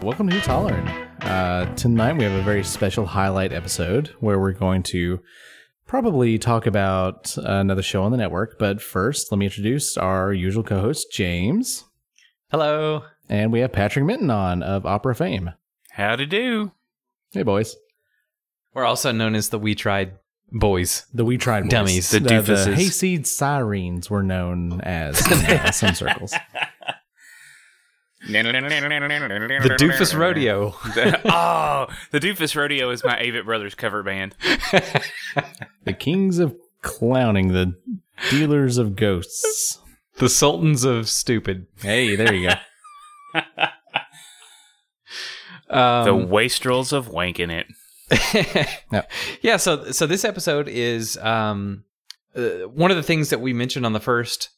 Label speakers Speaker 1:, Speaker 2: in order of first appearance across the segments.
Speaker 1: Gluten Tolerant. Uh, tonight we have a very special highlight episode where we're going to probably talk about another show on the network. But first, let me introduce our usual co-host James,
Speaker 2: Hello.
Speaker 1: and we have Patrick Minton on of Opera fame.
Speaker 3: Howdy do.
Speaker 1: Hey boys,
Speaker 2: We're also known as the We Tried Boys.
Speaker 1: the We Tried Boys.
Speaker 2: Dummies.
Speaker 3: The doofuses.
Speaker 1: hayseed sirens were known as in uh, some circles.
Speaker 2: The
Speaker 3: The
Speaker 2: Doofus Rodeo.
Speaker 3: oh, the Doofus Rodeo is my Avett Brothers cover band.
Speaker 1: The kings of clowning, the dealers of ghosts.
Speaker 2: The Sultans of Stupid.
Speaker 1: Hey, there you go.
Speaker 2: Um,
Speaker 3: the Wastrels of Wankin' It.
Speaker 1: No.
Speaker 2: Yeah, so so this episode is um, uh, one of the things that we mentioned on the first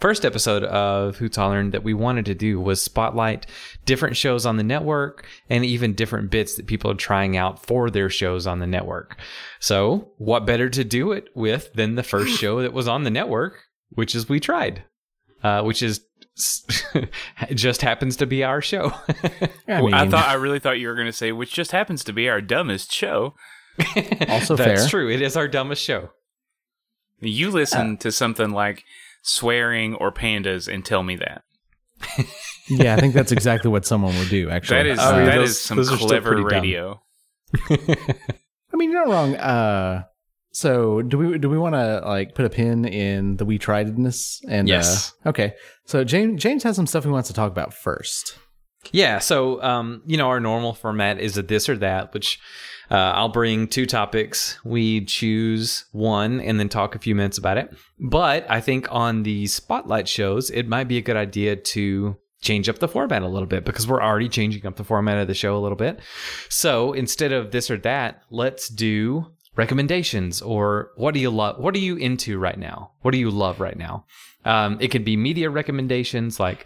Speaker 2: first episode of Who Tolerant that we wanted to do was spotlight different shows on the network and even different bits that people are trying out for their shows on the network. So, what better to do it with than the first show that was on the network, which is We Tried, uh, which is just happens to be our show.
Speaker 1: I
Speaker 3: I,
Speaker 1: mean,
Speaker 3: thought I really thought you were going to say, which just happens to be our dumbest show.
Speaker 1: also
Speaker 2: That's
Speaker 1: fair.
Speaker 2: true. It is our dumbest show.
Speaker 3: You listen
Speaker 2: Uh,
Speaker 3: to something like swearing or pandas and tell me that.
Speaker 1: yeah, I think that's exactly what someone would do. Actually, Uh,
Speaker 3: That is
Speaker 2: Oh, yeah,
Speaker 3: that
Speaker 2: those-
Speaker 3: is some
Speaker 2: those are still
Speaker 3: clever
Speaker 2: pretty dumb.
Speaker 3: radio.
Speaker 1: I mean, you're not wrong. Uh, so do we do we want to like put a pin in the we triedness? And
Speaker 2: Yes.
Speaker 1: uh, okay. So James James has some stuff he wants to talk about first.
Speaker 2: Yeah, so um, you know, our normal format is a this or that, which uh, I'll bring two topics. We choose one and then talk a few minutes about it. But I think on the spotlight shows, it might be a good idea to change up the format a little bit because we're already changing up the format of the show a little bit. So instead of this or that, let's do recommendations or what do you love? What are you into right now? What do you love right now? Um, it could be media recommendations like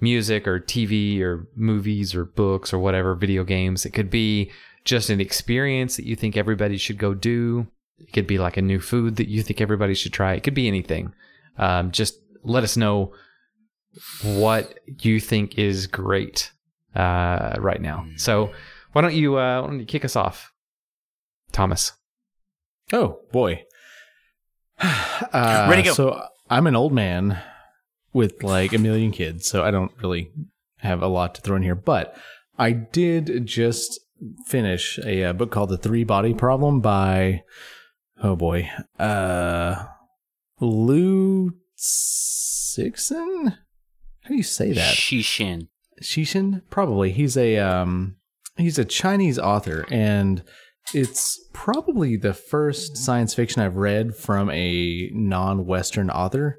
Speaker 2: music or TV or movies or books or whatever, video games. It could be just an experience that you think everybody should go do. It could be like a new food that you think everybody should try. It could be anything. Um, just let us know what you think is great uh, right now.
Speaker 3: Hmm.
Speaker 2: So why don't you uh, why don't you kick us off, Thomas?
Speaker 1: Oh boy. uh,
Speaker 3: Ready, go.
Speaker 1: So I'm an old man with like a million kids, so I don't really have a lot to throw in here. But I did just finish a uh, book called The Three Body Problem by oh boy, uh, Lou Sixon. How do you say that?
Speaker 3: Shishin.
Speaker 1: Shishin, probably. He's a um, he's a Chinese author, and it's probably the first science fiction I've read from a non-Western author,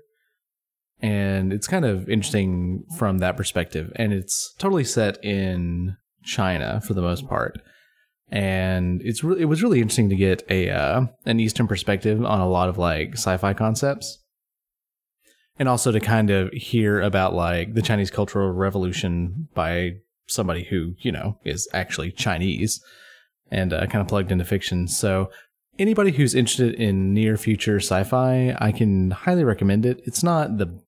Speaker 1: and it's kind of interesting from that perspective. And it's totally set in China for the most part, and it's really it was really interesting to get a uh, an Eastern perspective on a lot of like sci-fi concepts and also to kind of hear about like the Chinese Cultural Revolution by somebody who you know is actually Chinese and uh, kind of plugged into fiction. So anybody who's interested in near future sci-fi, I can highly recommend it. It's not the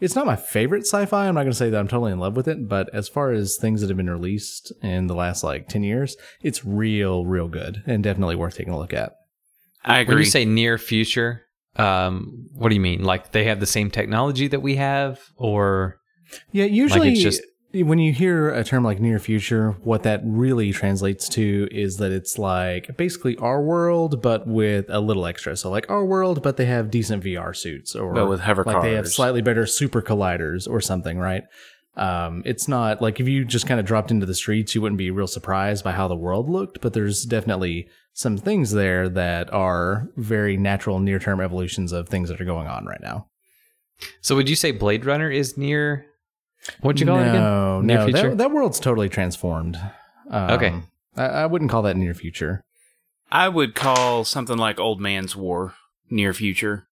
Speaker 1: it's not my favorite sci-fi. I'm not going to say that I'm totally in love with it, but as far as things that have been released in the last like 10 years, it's real real good and definitely worth taking a look at.
Speaker 3: I
Speaker 2: When
Speaker 3: agree.
Speaker 2: you say near future, um, what do you mean? Like they have the same technology that we have, or
Speaker 1: Yeah, usually
Speaker 2: just-
Speaker 1: when you hear a term like near future, what that really translates to is that it's like basically our world, but with a little extra. So like our world, but they have decent VR suits, or
Speaker 3: But with hover
Speaker 1: like they have
Speaker 3: cars.
Speaker 1: slightly better super colliders or something, right? Um, it's not like if you just kind of dropped into the streets, you wouldn't be real surprised by how the world looked, but there's definitely some things there that are very natural near term evolutions of things that are going on right now.
Speaker 2: So would you say Blade Runner is near? What'd you call
Speaker 1: no,
Speaker 2: it again?
Speaker 1: No,
Speaker 2: Near
Speaker 1: that-
Speaker 2: future?
Speaker 1: That, world's totally transformed. Um,
Speaker 2: Okay.
Speaker 1: I, I wouldn't call that near future.
Speaker 3: I would call something like Old Man's War near future.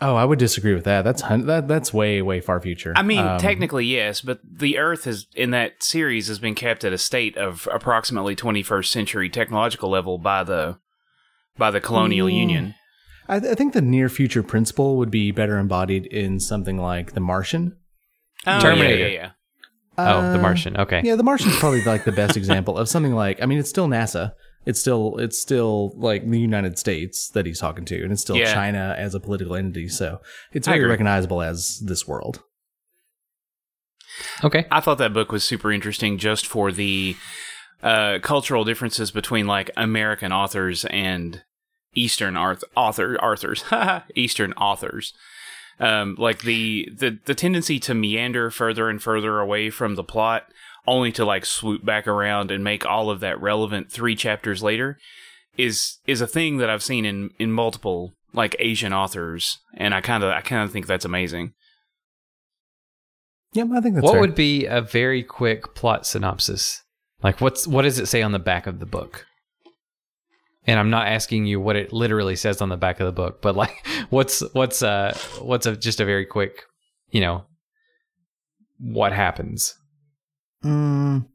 Speaker 1: Oh, I would disagree with that. That's hun- that, that's way way far future.
Speaker 3: I mean,
Speaker 1: Um,
Speaker 3: technically yes, but the Earth has in that series has been kept at a state of approximately 21st century technological level by the by the colonial
Speaker 1: Yeah.
Speaker 3: union.
Speaker 1: I, th- I think the near future principle would be better embodied in something like The Martian.
Speaker 3: Oh, yeah,
Speaker 2: Terminator.
Speaker 3: yeah, yeah.
Speaker 2: Oh, The
Speaker 1: Uh,
Speaker 2: Martian. Okay.
Speaker 1: Yeah, The Martian's probably like the best example of something like I mean, it's still NASA. It's still it's still like the United States that he's talking to, and it's still
Speaker 4: Yeah.
Speaker 1: China as a political entity. So it's
Speaker 4: I
Speaker 1: very
Speaker 4: agree.
Speaker 1: recognizable as this world.
Speaker 2: Okay.
Speaker 4: I thought that book was super interesting just for the uh, cultural differences between like American authors and Eastern arth- author authors, Eastern authors. Um, like the, the the tendency to meander further and further away from the plot, only to like swoop back around and make all of that relevant three chapters later, is is a thing that I've seen in in multiple like Asian authors, and I kind of I kind of think that's amazing.
Speaker 1: Yeah, I think that's
Speaker 2: what
Speaker 1: fair.
Speaker 2: would be a very quick plot synopsis? Like, what's what does it say on the back of the book? And I'm not asking you what it literally says on the back of the book, but like, what's what's uh what's a, just a very quick, you know, what happens?
Speaker 1: Mm,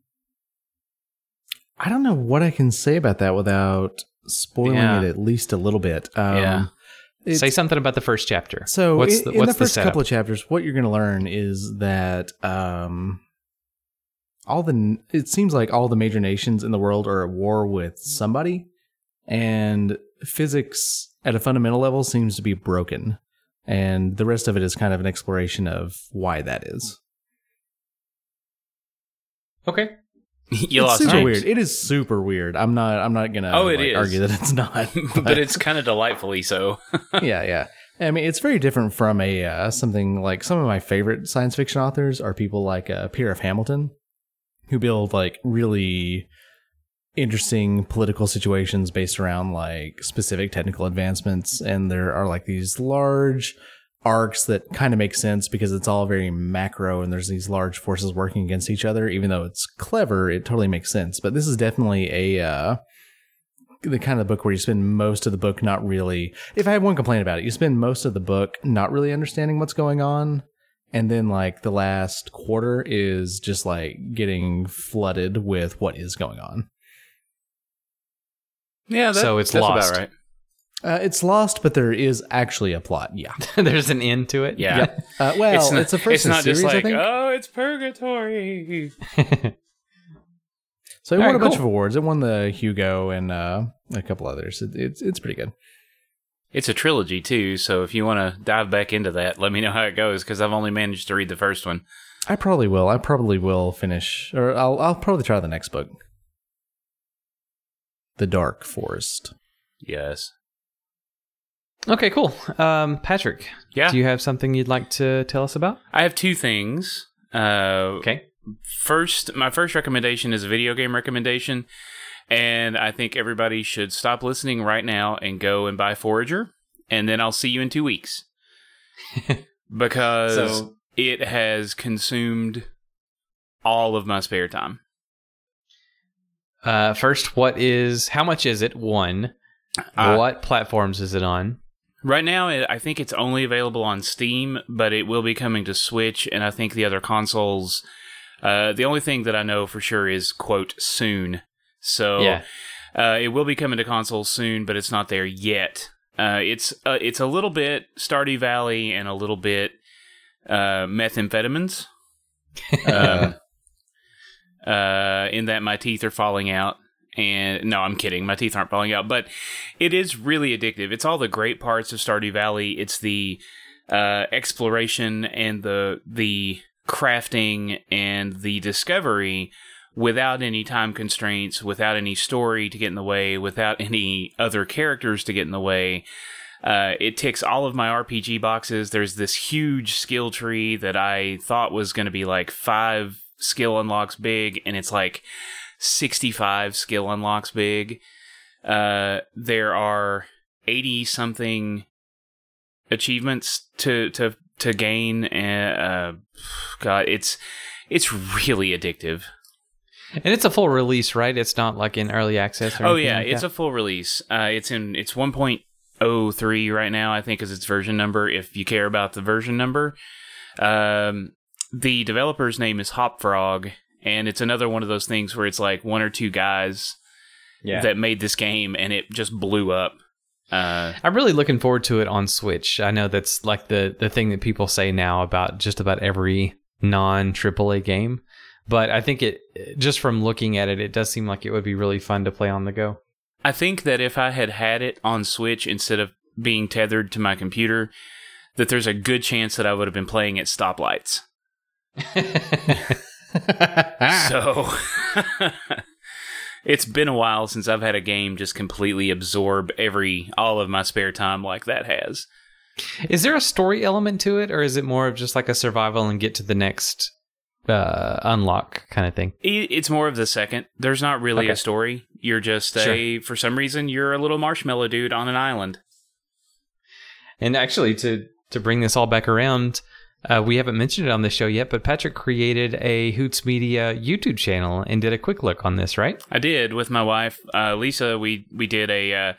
Speaker 1: I don't know what I can say about that without spoiling
Speaker 4: Yeah.
Speaker 1: it at least a little bit. Um,
Speaker 4: Yeah.
Speaker 1: it's-
Speaker 2: say something about the first chapter.
Speaker 1: So
Speaker 2: what's
Speaker 1: i-
Speaker 2: the,
Speaker 1: in
Speaker 2: what's
Speaker 1: the first
Speaker 2: setup?
Speaker 1: couple of chapters, what you're going to learn is that um, all the it seems like all the major nations in the world are at war with somebody, and physics at a fundamental level seems to be broken, and the rest of it is kind of an exploration of why that is.
Speaker 2: okay.
Speaker 4: you
Speaker 1: it's
Speaker 4: lost
Speaker 1: super
Speaker 4: James.
Speaker 1: weird. It is super weird. I'm not. I'm not gonna.
Speaker 4: Oh, it
Speaker 1: like,
Speaker 4: is.
Speaker 1: argue that it's not.
Speaker 4: but it's kind of delightfully so.
Speaker 1: yeah, yeah. I mean, it's very different from a uh, something like some of my favorite science fiction authors are people like uh, Pierre F. Hamilton, who build like really interesting political situations based around like specific technical advancements, and there are like these large arcs that kind of make sense because it's all very macro and there's these large forces working against each other even though it's clever it totally makes sense but this is definitely a uh the kind of book where you spend most of the book not really if i have one complaint about it you spend most of the book not really understanding what's going on and then like the last quarter is just like getting flooded with what is going on
Speaker 4: Yeah,
Speaker 2: that- So it's
Speaker 4: that's
Speaker 2: lost.
Speaker 4: About right.
Speaker 1: uh, it's lost but there is actually a plot yeah
Speaker 2: There's an end to it.
Speaker 4: Yeah,
Speaker 1: uh, well it's,
Speaker 4: not,
Speaker 1: a first
Speaker 4: it's not
Speaker 1: series,
Speaker 4: just
Speaker 1: I
Speaker 4: like
Speaker 1: think.
Speaker 4: oh, it's purgatory.
Speaker 1: So it
Speaker 2: All
Speaker 1: won
Speaker 2: right,
Speaker 1: a bunch
Speaker 2: cool.
Speaker 1: of awards. It won the Hugo and uh, a couple others. It, it's it's pretty good.
Speaker 4: It's a trilogy too, so if you want to dive back into that, let me know how it goes because I've only managed to read the first one.
Speaker 1: I probably will. I probably will finish, or I'll I'll probably try the next book, The Dark Forest.
Speaker 4: Yes.
Speaker 2: okay. Cool. Um, Patrick,
Speaker 4: Yeah.
Speaker 2: do you have something you'd like to tell us about?
Speaker 4: I have two things. Uh,
Speaker 2: Okay.
Speaker 4: First, my first recommendation is a video game recommendation, and I think everybody should stop listening right now and go and buy Forager, and then I'll see you in two weeks because
Speaker 2: So-
Speaker 4: it has consumed all of my spare time.
Speaker 2: Uh, first, what is how much is it? One.
Speaker 4: Uh,
Speaker 2: what platforms is it on?
Speaker 4: Right now, it, I think it's only available on Steam, but it will be coming to Switch, and I think the other consoles. Uh, the only thing that I know for sure is quote soon. So
Speaker 2: Yeah.
Speaker 4: uh, it will be coming to consoles soon, but it's not there yet. Uh, it's uh, it's a little bit Stardew Valley and a little bit uh, methamphetamines. um, uh, in that my teeth are falling out. And no, I'm kidding. My teeth aren't falling out, but it is really addictive. It's all the great parts of Stardew Valley. It's the uh, exploration and the the crafting and the discovery without any time constraints, without any story to get in the way, without any other characters to get in the way. Uh, it ticks all of my RPG boxes. There's this huge skill tree that I thought was going to be like five skill unlocks big, and it's like 65 skill unlocks big. Uh, there are 80 something achievements to to to gain. Uh, God, it's it's really addictive.
Speaker 2: And it's a full release, right? It's not like in early access. Or
Speaker 4: Oh yeah, it's a full release. Uh, it's in it's 1.03 right now, I think, is its version number. If you care about the version number, um, the developer's name is Hop Frog, and it's another one of those things where it's like one or two guys that made this game, and it just blew up. Uh,
Speaker 2: I'm really looking forward to it on Switch. I know that's like the the thing that people say now about just about every non AAA game. But I think it just from looking at it, it does seem like it would be really fun to play on the go.
Speaker 4: I think that if I had had it on Switch instead of being tethered to my computer, that there's a good chance that I would have been playing at stoplights.
Speaker 2: Ah.
Speaker 4: So it's been a while since I've had a game just completely absorb every all of my spare time like that has.
Speaker 2: Is there a story element to it, or is it more of just like a survival and get to the next uh, unlock kind of thing?
Speaker 4: I- It's more of the second. There's not really
Speaker 2: Okay.
Speaker 4: a story. You're just a for some reason you're a little marshmallow dude on an island.
Speaker 2: And actually, to to bring this all back around, uh, we haven't mentioned it on the show yet, but Patrick created a Hoots Media YouTube channel and did a quick look on this, right?
Speaker 4: I did with my wife uh, Lisa. We we did a uh,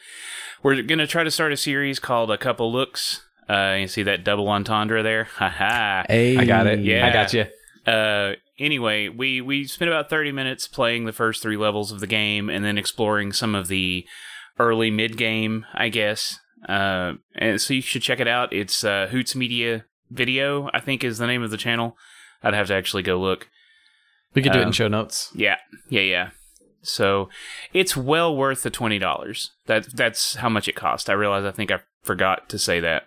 Speaker 4: we're gonna try to start a series called A Couple Looks. Uh, you see that double entendre there? Ha ha.
Speaker 1: Hey.
Speaker 2: I got it.
Speaker 4: Yeah.
Speaker 2: I got you.
Speaker 4: uh anyway we we spent about 30 minutes playing the first three levels of the game and then exploring some of the early mid game i guess uh and so you should check it out it's uh hoots media video i think is the name of the channel i'd have to actually go look
Speaker 2: We could do it in
Speaker 4: Um,
Speaker 2: show notes.
Speaker 4: yeah yeah yeah so it's well worth the $20 that that's how much it cost i realize i think i forgot to say that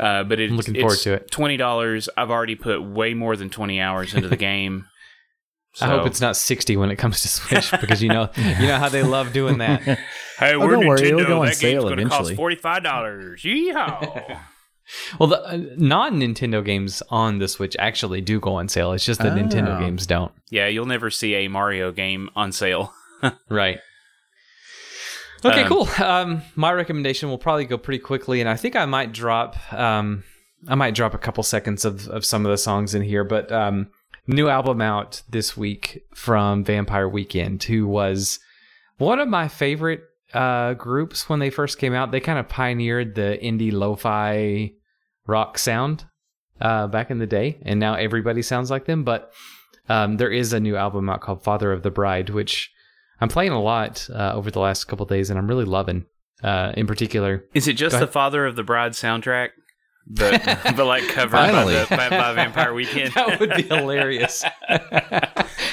Speaker 4: uh, but it,
Speaker 2: I'm looking forward to it.
Speaker 4: Twenty dollars. I've already put way more than twenty hours into the game.
Speaker 2: I hope
Speaker 4: So-
Speaker 2: it's not sixty when it comes to Switch because you know you know how they love doing that.
Speaker 4: Hey,
Speaker 1: we're Oh, don't worry, it'll Nintendo. go on That game's sale gonna cost eventually.
Speaker 4: forty-five dollars. Yeehaw!
Speaker 2: Well, the uh, non Nintendo games on the Switch actually do go on sale. It's just the Nintendo
Speaker 1: Ah.
Speaker 2: games don't.
Speaker 4: yeah, you'll never see a Mario game on sale.
Speaker 2: Right. Okay,
Speaker 4: Um,
Speaker 2: cool. Um, my recommendation will probably go pretty quickly, and I think I might drop um, I might drop a couple seconds of, of some of the songs in here, but um, new album out this week from Vampire Weekend, who was one of my favorite uh, groups when they first came out. They kind of pioneered the indie lo-fi rock sound uh, back in the day, and now everybody sounds like them. But um, there is a new album out called Father of the Bride, which I'm playing a lot uh, over the last couple days, and I'm really loving. Uh, in particular,
Speaker 4: Is it
Speaker 2: Go
Speaker 4: just the
Speaker 2: ahead.
Speaker 4: Father of the Bride soundtrack? But but like covered by,
Speaker 1: Finally.
Speaker 4: the, by, by Vampire Weekend.
Speaker 2: that would be hilarious.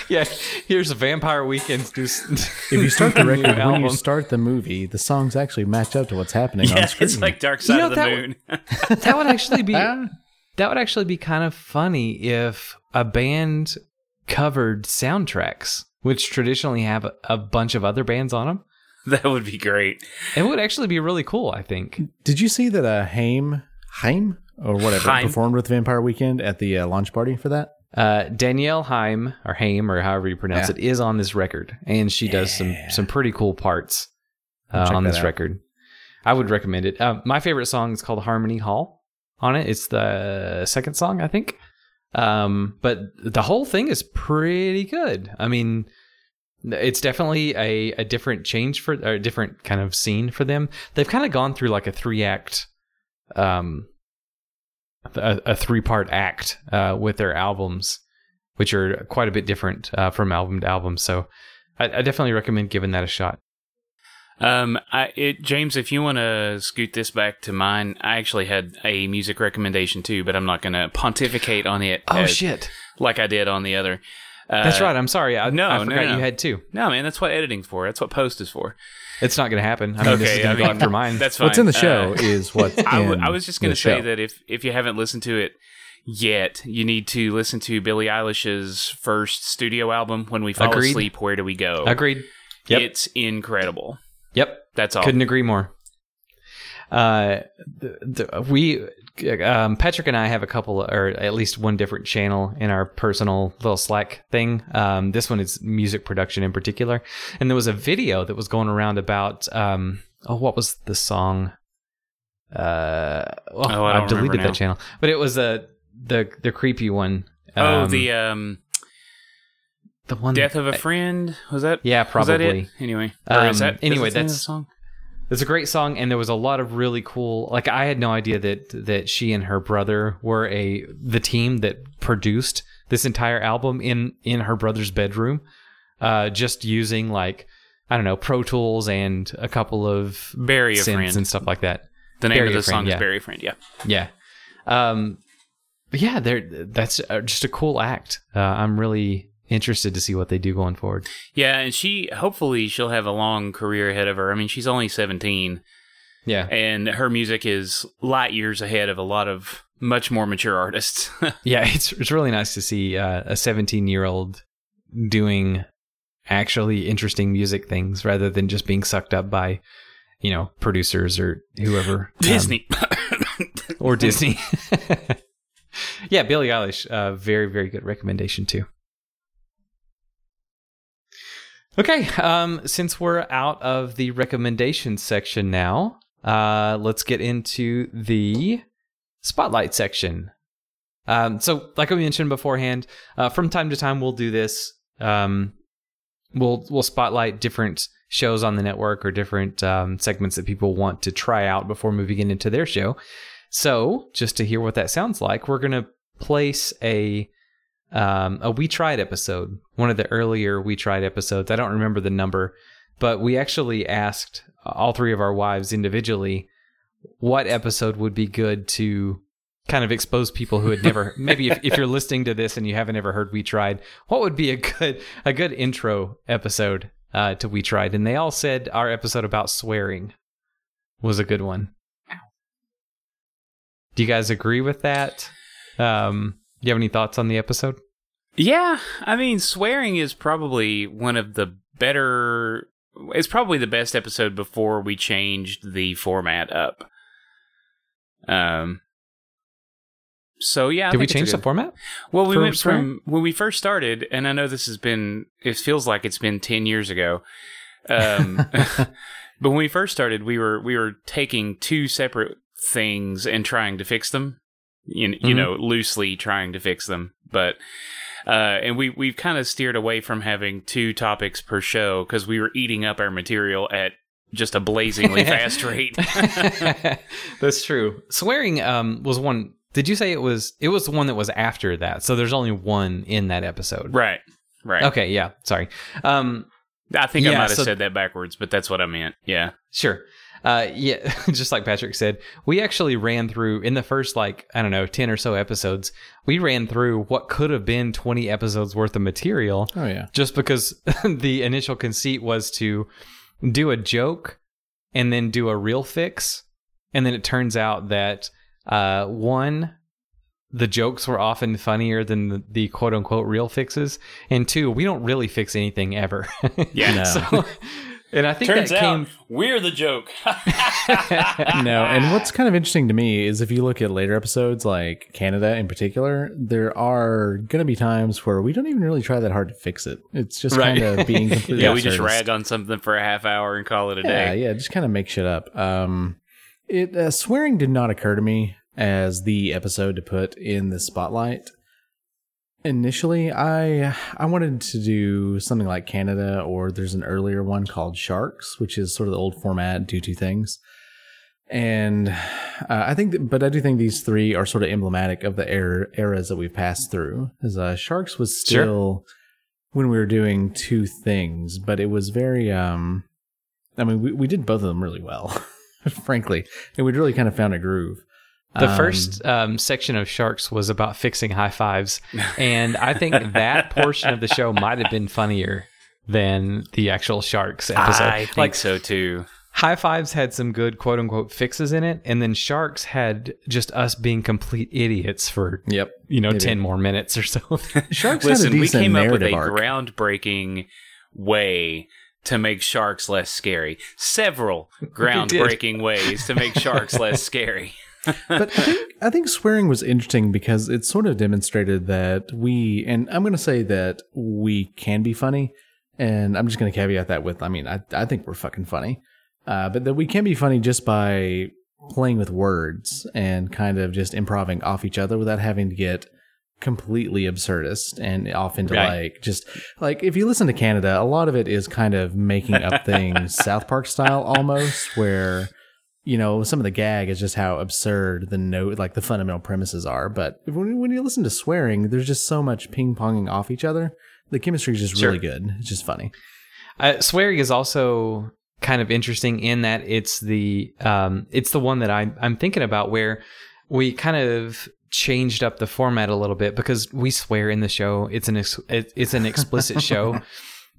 Speaker 2: yeah, here's Vampire Weekend's new.
Speaker 1: If
Speaker 2: If
Speaker 1: you start the record when
Speaker 2: album.
Speaker 1: you start the movie, the songs actually match up to what's happening
Speaker 4: yeah,
Speaker 1: on screen.
Speaker 4: it's like Dark Side
Speaker 2: You know,
Speaker 4: of the
Speaker 2: that would-
Speaker 4: Moon.
Speaker 2: that would actually be that
Speaker 1: Ah.
Speaker 2: would actually be kind of funny if a band covered soundtracks, which traditionally have a, a bunch of other bands on them.
Speaker 4: that would be great.
Speaker 2: It would actually be really cool, I think.
Speaker 1: Did you see that uh, Haim, Haim, or whatever,
Speaker 4: Haim.
Speaker 1: performed with Vampire Weekend at the uh, launch party for that?
Speaker 2: Uh, Danielle Haim or Haim or however you pronounce
Speaker 1: Yeah.
Speaker 2: it is on this record, and she does some
Speaker 1: Yeah.
Speaker 2: some pretty cool parts uh,
Speaker 1: check
Speaker 2: on
Speaker 1: that
Speaker 2: this
Speaker 1: out.
Speaker 2: record. I would recommend it. Uh, my favorite song is called Harmony Hall. On it, it's the second song I think. Um, but the whole thing is pretty good. I mean, it's definitely a a different change for or a different kind of scene for them. They've kind of gone through like a three act um, a, a three part act uh, with their albums, which are quite a bit different uh, from album to album. So I, I definitely recommend giving that a shot.
Speaker 4: Um, I, it, James, if you want to scoot this back to mine, I actually had a music recommendation too, but I'm not going to pontificate on it
Speaker 2: Oh,
Speaker 4: as-
Speaker 2: shit.
Speaker 4: like I did on the other. Uh,
Speaker 2: That's right. I'm sorry. I,
Speaker 4: no,
Speaker 2: I
Speaker 4: no,
Speaker 2: forgot
Speaker 4: no.
Speaker 2: you had two.
Speaker 4: No, man, that's what editing's for. That's what post is for.
Speaker 2: It's not going to happen. I mean, this is going to go after mine.
Speaker 4: That's fine.
Speaker 1: What's in the
Speaker 4: Uh,
Speaker 1: show is what's
Speaker 4: I, w-
Speaker 1: in
Speaker 4: I was just
Speaker 1: the
Speaker 4: going to say
Speaker 1: show.
Speaker 4: that if if you haven't listened to it yet, you need to listen to Billie Eilish's first studio album, When We Fall
Speaker 2: Agreed.
Speaker 4: Asleep, Where Do We Go?
Speaker 2: Agreed. Yep.
Speaker 4: It's incredible.
Speaker 2: Yep.
Speaker 4: That's all.
Speaker 2: Couldn't agree more. Uh, the, the, we um, Patrick and I have a couple, or at least one different channel in our personal little Slack thing. Um, this one is music production in particular, and there was a video that was going around about um, oh, what was the song? Uh, oh,
Speaker 4: I don't
Speaker 2: I have deleted
Speaker 4: remember now.
Speaker 2: that channel, but it was a the the creepy one.
Speaker 4: oh,
Speaker 2: Um,
Speaker 4: the um,
Speaker 2: the one
Speaker 4: Death of a Friend was that?
Speaker 2: Mm, yeah,
Speaker 4: Was
Speaker 2: probably.
Speaker 4: that it? Anyway, or
Speaker 2: Um,
Speaker 4: is that, is
Speaker 2: anyway,
Speaker 4: that the name of the
Speaker 2: that's-
Speaker 4: song.
Speaker 2: It's a great song, and there was a lot of really cool. Like I had no idea that that she and her brother were a the team that produced this entire album in in her brother's bedroom, uh, just using like I don't know Pro Tools and a couple of
Speaker 4: Bury a
Speaker 2: synths
Speaker 4: Friend.
Speaker 2: and stuff like that.
Speaker 4: the name
Speaker 2: Bury
Speaker 4: of
Speaker 2: a
Speaker 4: the
Speaker 2: Friend,
Speaker 4: song
Speaker 2: yeah.
Speaker 4: is Bury a Friend. Yeah.
Speaker 2: Yeah. Um, but yeah, there. That's uh, just a cool act. Uh, I'm really interested to see what they do going forward.
Speaker 4: Yeah, and she hopefully she'll have a long career ahead of her. I mean, she's only 17
Speaker 2: Yeah.
Speaker 4: and her music is light years ahead of a lot of much more mature artists.
Speaker 2: Yeah, it's it's really nice to see uh, a 17 year old doing actually interesting music things rather than just being sucked up by, you know, producers or whoever. um,
Speaker 4: Disney.
Speaker 2: or Disney. yeah, Billie Eilish, uh, very very good recommendation too. Okay, um, since we're out of the recommendation section now, uh, let's get into the spotlight section. Um, so, like I mentioned beforehand, uh, from time to time we'll do this. Um, we'll we'll spotlight different shows on the network or different um, segments that people want to try out before moving it into their show. So, just to hear what that sounds like, we're gonna place a um, a We Tried episode, one of the earlier We Tried episodes. I don't remember the number, but we actually asked all three of our wives individually what episode would be good to kind of expose people who had never maybe if, if you're listening to this and you haven't ever heard we tried what would be a good a good intro episode uh, to we tried and they all said our episode about swearing was a good one do you guys agree with that um do you have any thoughts on the episode
Speaker 4: yeah, I mean, swearing is probably one of the better. It's probably the best episode before we changed the format up. Um. So yeah, I
Speaker 2: did we
Speaker 4: think it's a
Speaker 2: change the
Speaker 4: good-
Speaker 2: format
Speaker 4: Well, we
Speaker 2: for
Speaker 4: went
Speaker 2: swearing?
Speaker 4: from when we first started, and I know this has been, it feels like it's been 10 years ago. Um, but when we first started, we were, we were taking two separate things and trying to fix them, you, you
Speaker 2: Mhm.
Speaker 4: know, loosely trying to fix them. But, uh, and we, we've kind of steered away from having two topics per show because we were eating up our material at just a blazingly fast rate.
Speaker 2: That's true. Swearing um, was one. Did you say it was? It was the one that was after that. So there's only one in that episode.
Speaker 4: Right. Right.
Speaker 2: Okay. Yeah. Sorry. Um,
Speaker 4: I think I
Speaker 2: Yeah,
Speaker 4: might have
Speaker 2: so-
Speaker 4: said that backwards, but that's what I meant. Yeah.
Speaker 2: sure. Uh, yeah. Just like Patrick said, we actually ran through in the first like I don't know ten or so episodes. We ran through what could have been twenty episodes worth of material.
Speaker 1: Oh yeah.
Speaker 2: just because the initial conceit was to do a joke and then do a real fix and then it turns out that uh, one the jokes were often funnier than the, the quote unquote real fixes and two we don't really fix anything ever
Speaker 4: Yeah.
Speaker 1: No.
Speaker 2: so and i think that came
Speaker 4: we're the joke.
Speaker 1: no, and what's kind of interesting to me is if you look at later episodes, like Canada in particular, there are going to be times where we don't even really try that hard to fix it. It's just
Speaker 2: Right.
Speaker 1: kind of being completely
Speaker 4: yeah, we just
Speaker 1: absurdist.
Speaker 4: rag on something for a half hour and call it a
Speaker 1: Yeah,
Speaker 4: day.
Speaker 1: yeah, just kind of make shit up. Um, it uh, swearing did not occur to me as the episode to put in the spotlight. Initially, I I wanted to do something like Canada, or there's an earlier one called Sharks, which is sort of the old format, do two things. And uh, I think, that, but I do think these three are sort of emblematic of the er- eras that we've passed through. As uh, Sharks was
Speaker 2: Sure.
Speaker 1: still when we were doing two things, but it was very um, I mean, we, we did both of them really well, frankly, and we'd really kind of found a groove.
Speaker 2: the
Speaker 1: Um,
Speaker 2: first um, section of sharks was about fixing high fives and i think that portion of the show might have been funnier than the actual sharks episode
Speaker 4: I think
Speaker 2: like
Speaker 4: so too.
Speaker 2: High Fives had some good quote unquote fixes in it, and then Sharks had just us being complete idiots for
Speaker 1: yep,
Speaker 2: you know
Speaker 1: Maybe.
Speaker 2: ten more minutes or so.
Speaker 1: sharks
Speaker 4: Listen,
Speaker 1: had a
Speaker 4: we
Speaker 1: decent
Speaker 4: came up with
Speaker 1: narrative
Speaker 4: a
Speaker 1: arc.
Speaker 4: groundbreaking way to make sharks less scary. Several groundbreaking ways to make sharks less scary.
Speaker 1: but I think, I think swearing was interesting because it sort of demonstrated that we, and I'm going to say that we can be funny, and I'm just going to caveat that with, I mean, I, I think we're fucking funny, uh, but that we can be funny just by playing with words and kind of just improving off each other without having to get completely absurdist and off into
Speaker 2: Right.
Speaker 1: like just like if you listen to Canada, a lot of it is kind of making up things South Park style almost where you know some of the gag is just how absurd the note like the fundamental premises are but when, when you listen to swearing there's just so much ping-ponging off each other the chemistry is just
Speaker 2: Sure.
Speaker 1: really good it's just funny
Speaker 2: uh, swearing is also kind of interesting in that it's the um, it's the one that I'm I'm thinking about where we kind of changed up the format a little bit because we swear in the show. It's an ex- it- it's an explicit show.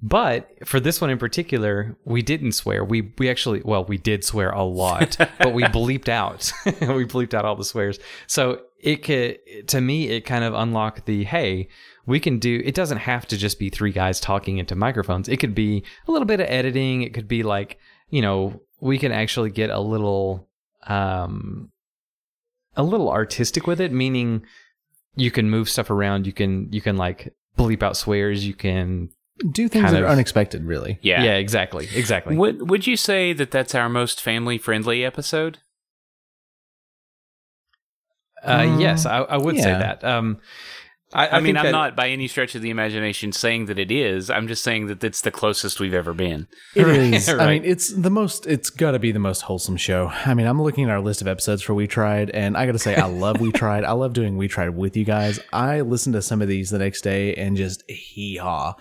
Speaker 2: But for this one in particular, we didn't swear. We we actually well, we did swear a lot, but we bleeped out. we bleeped out all the swears. So it could to me it kind of unlocked the hey, we can do it doesn't have to just be three guys talking into microphones. It could be a little bit of editing. It could be like, you know, we can actually get a little um a little artistic with it, meaning you can move stuff around, you can you can like bleep out swears, you can
Speaker 1: Do things
Speaker 2: Kind
Speaker 1: that are
Speaker 2: of.
Speaker 1: unexpected, really.
Speaker 3: Yeah.
Speaker 2: yeah, exactly. Exactly.
Speaker 3: Would Would you say that that's our most family friendly episode?
Speaker 2: Uh,
Speaker 1: Mm.
Speaker 2: yes, I, I would say
Speaker 1: Yeah.
Speaker 2: that. Um, I, I,
Speaker 3: I, mean,
Speaker 2: think
Speaker 3: I'm
Speaker 2: that-
Speaker 3: not by any stretch of the imagination saying that it is. I'm just saying that it's the closest we've ever been.
Speaker 1: It
Speaker 2: Right,
Speaker 1: is. I
Speaker 2: right.
Speaker 1: mean, it's the most. It's got to be the most wholesome show. I mean, I'm looking at our list of episodes for We Tried, and I got to say, I love We Tried. I love doing We Tried with you guys. I listened to some of these the next day and just hee haw.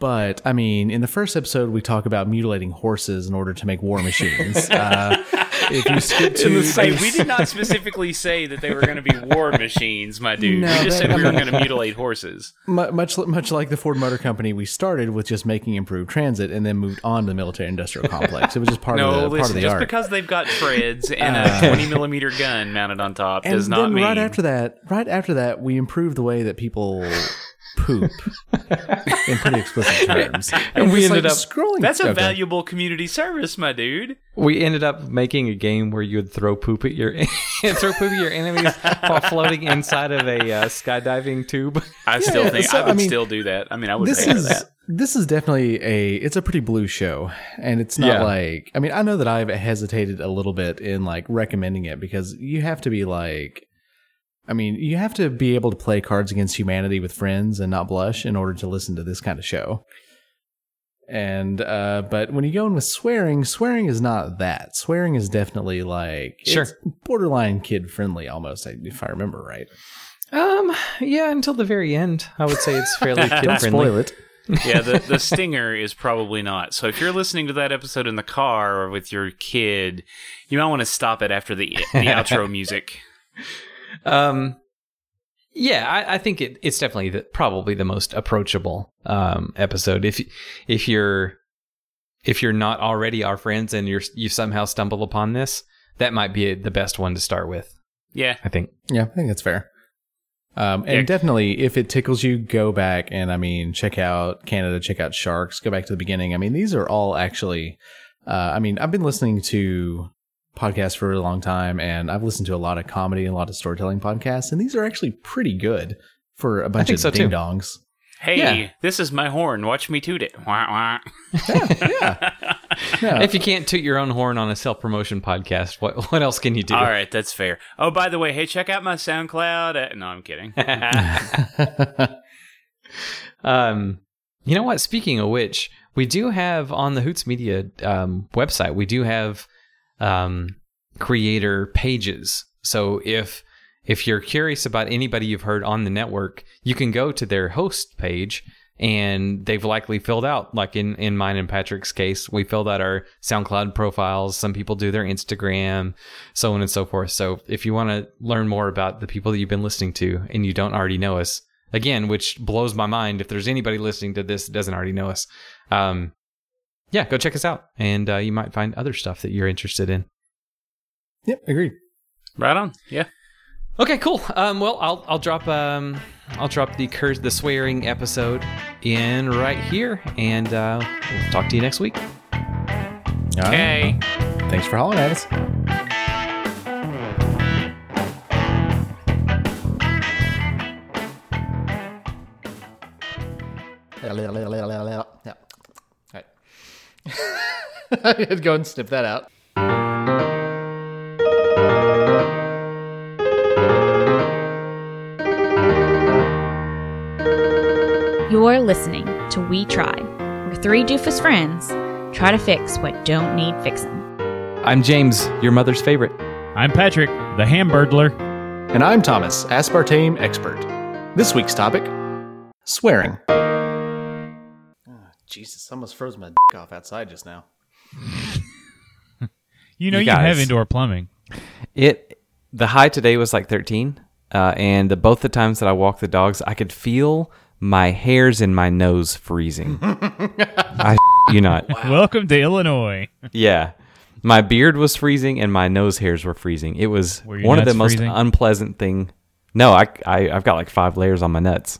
Speaker 1: But I mean, in the first episode, we talk about mutilating horses in order to make war machines. uh, if you skip to
Speaker 3: Hey, we did not specifically say that they were going to be war machines, my dude.
Speaker 1: No,
Speaker 3: we just
Speaker 1: that-
Speaker 3: said we were going to mutilate horses.
Speaker 1: Mu- much li- much like the Ford Motor Company, we started with just making improved transit, and then moved on to the military-industrial complex. It was just part
Speaker 3: no,
Speaker 1: of the part of
Speaker 3: listen,
Speaker 1: the
Speaker 3: just
Speaker 1: art.
Speaker 3: because they've got treads and a 20 millimeter gun mounted on top
Speaker 1: and
Speaker 3: does
Speaker 1: then
Speaker 3: not mean
Speaker 1: right after that, right after that, we improved the way that people poop in pretty explicit terms.
Speaker 2: And we
Speaker 1: It's
Speaker 2: ended
Speaker 1: like
Speaker 2: up-
Speaker 1: scrolling.
Speaker 3: That's a
Speaker 1: okay.
Speaker 3: valuable community service, my dude.
Speaker 2: we ended up making a game where you would throw poop at your throw poop at your enemies while floating inside of a uh, skydiving tube.
Speaker 3: I still
Speaker 1: yeah,
Speaker 3: think
Speaker 1: so,
Speaker 3: I would
Speaker 1: I mean,
Speaker 3: still do that. I mean, I would
Speaker 1: This
Speaker 3: pay for
Speaker 1: is
Speaker 3: that.
Speaker 1: this is definitely a it's a pretty blue show, and it's not
Speaker 2: Yeah.
Speaker 1: like I mean I know that I've hesitated a little bit in like recommending it because you have to be like. I mean, you have to be able to play Cards Against Humanity with friends and not blush in order to listen to this kind of show. And uh but when you go in with swearing, swearing is not that. Swearing is definitely like
Speaker 2: Sure.
Speaker 1: it's borderline kid friendly almost, if I remember right.
Speaker 2: Um, yeah, until the very end, I would say it's fairly
Speaker 1: Don't
Speaker 2: kid friendly.
Speaker 1: spoil it.
Speaker 3: yeah, the, the stinger is probably not. So if you're listening to that episode in the car or with your kid, you might want to stop it after the, the outro music.
Speaker 2: Um, yeah, I, I think it, it's definitely the, probably the most approachable um, episode. If if you're if you're not already our friends and you're you somehow stumble upon this, that might be the best one to start with.
Speaker 3: Yeah.
Speaker 2: I think.
Speaker 1: Yeah, I think that's fair. Um, and
Speaker 3: Yeah.
Speaker 1: definitely, if it tickles you, go back and I mean, check out Canada, check out Sharks, go back to the beginning. I mean, these are all actually. Uh, I mean, I've been listening to podcasts for a long time, and I've listened to a lot of comedy and a lot of storytelling podcasts, and these are actually pretty good for a bunch
Speaker 2: think
Speaker 1: of
Speaker 2: so, too.
Speaker 1: ding dongs.
Speaker 3: Hey,
Speaker 2: Yeah.
Speaker 3: this is my horn. Watch me toot it. Wah, wah.
Speaker 1: Yeah, yeah.
Speaker 2: If you can't toot your own horn on a self promotion podcast, what what else can you do?
Speaker 3: All right, that's fair. Oh, by the way, hey, check out my SoundCloud. Uh, no, I'm kidding.
Speaker 1: No.
Speaker 2: Um, you know what? Speaking of which, we do have on the Hoots Media um, website, we do have um, creator pages. So if if you're curious about anybody you've heard on the network, you can go to their host page and they've likely filled out like in in mine and Patrick's case, we filled out our SoundCloud profiles, some people do their Instagram, so on and so forth. So if you want to learn more about the people that you've been listening to and you don't already know us, again, which blows my mind if there's anybody listening to this that doesn't already know us, um, yeah, go check us out and uh, you might find other stuff that you're interested in.
Speaker 1: yep, agreed.
Speaker 3: right on.
Speaker 4: Uh,
Speaker 3: Yeah.
Speaker 2: Okay, cool. Um, well, I'll I'll drop um I'll drop the curse the swearing episode in right here, and uh, we'll talk to you next week.
Speaker 1: All right.
Speaker 3: Hey.
Speaker 1: Thanks for hollering at us. Yeah. All right. Go and snip that out.
Speaker 5: You're listening to We Try, where three doofus friends try to fix what don't need fixing.
Speaker 2: I'm James, your mother's favorite.
Speaker 4: I'm Patrick, the Hamburglar.
Speaker 1: And I'm Thomas, aspartame expert. This week's topic swearing. Ah, Jesus, almost froze my dick off outside just now.
Speaker 4: You know
Speaker 2: You
Speaker 4: you, have
Speaker 2: guys.
Speaker 4: indoor plumbing.
Speaker 2: It the high today was like 13, uh, and the, both the times that I walked the dogs, I could feel my hairs in my nose freezing. I you not.
Speaker 4: Welcome to Illinois.
Speaker 2: Yeah. My beard was freezing and my nose hairs were freezing. It was
Speaker 4: Were your
Speaker 2: one of the
Speaker 4: nuts
Speaker 2: most
Speaker 4: freezing?
Speaker 2: unpleasant thing. No, I, I I've got like five layers on my nuts.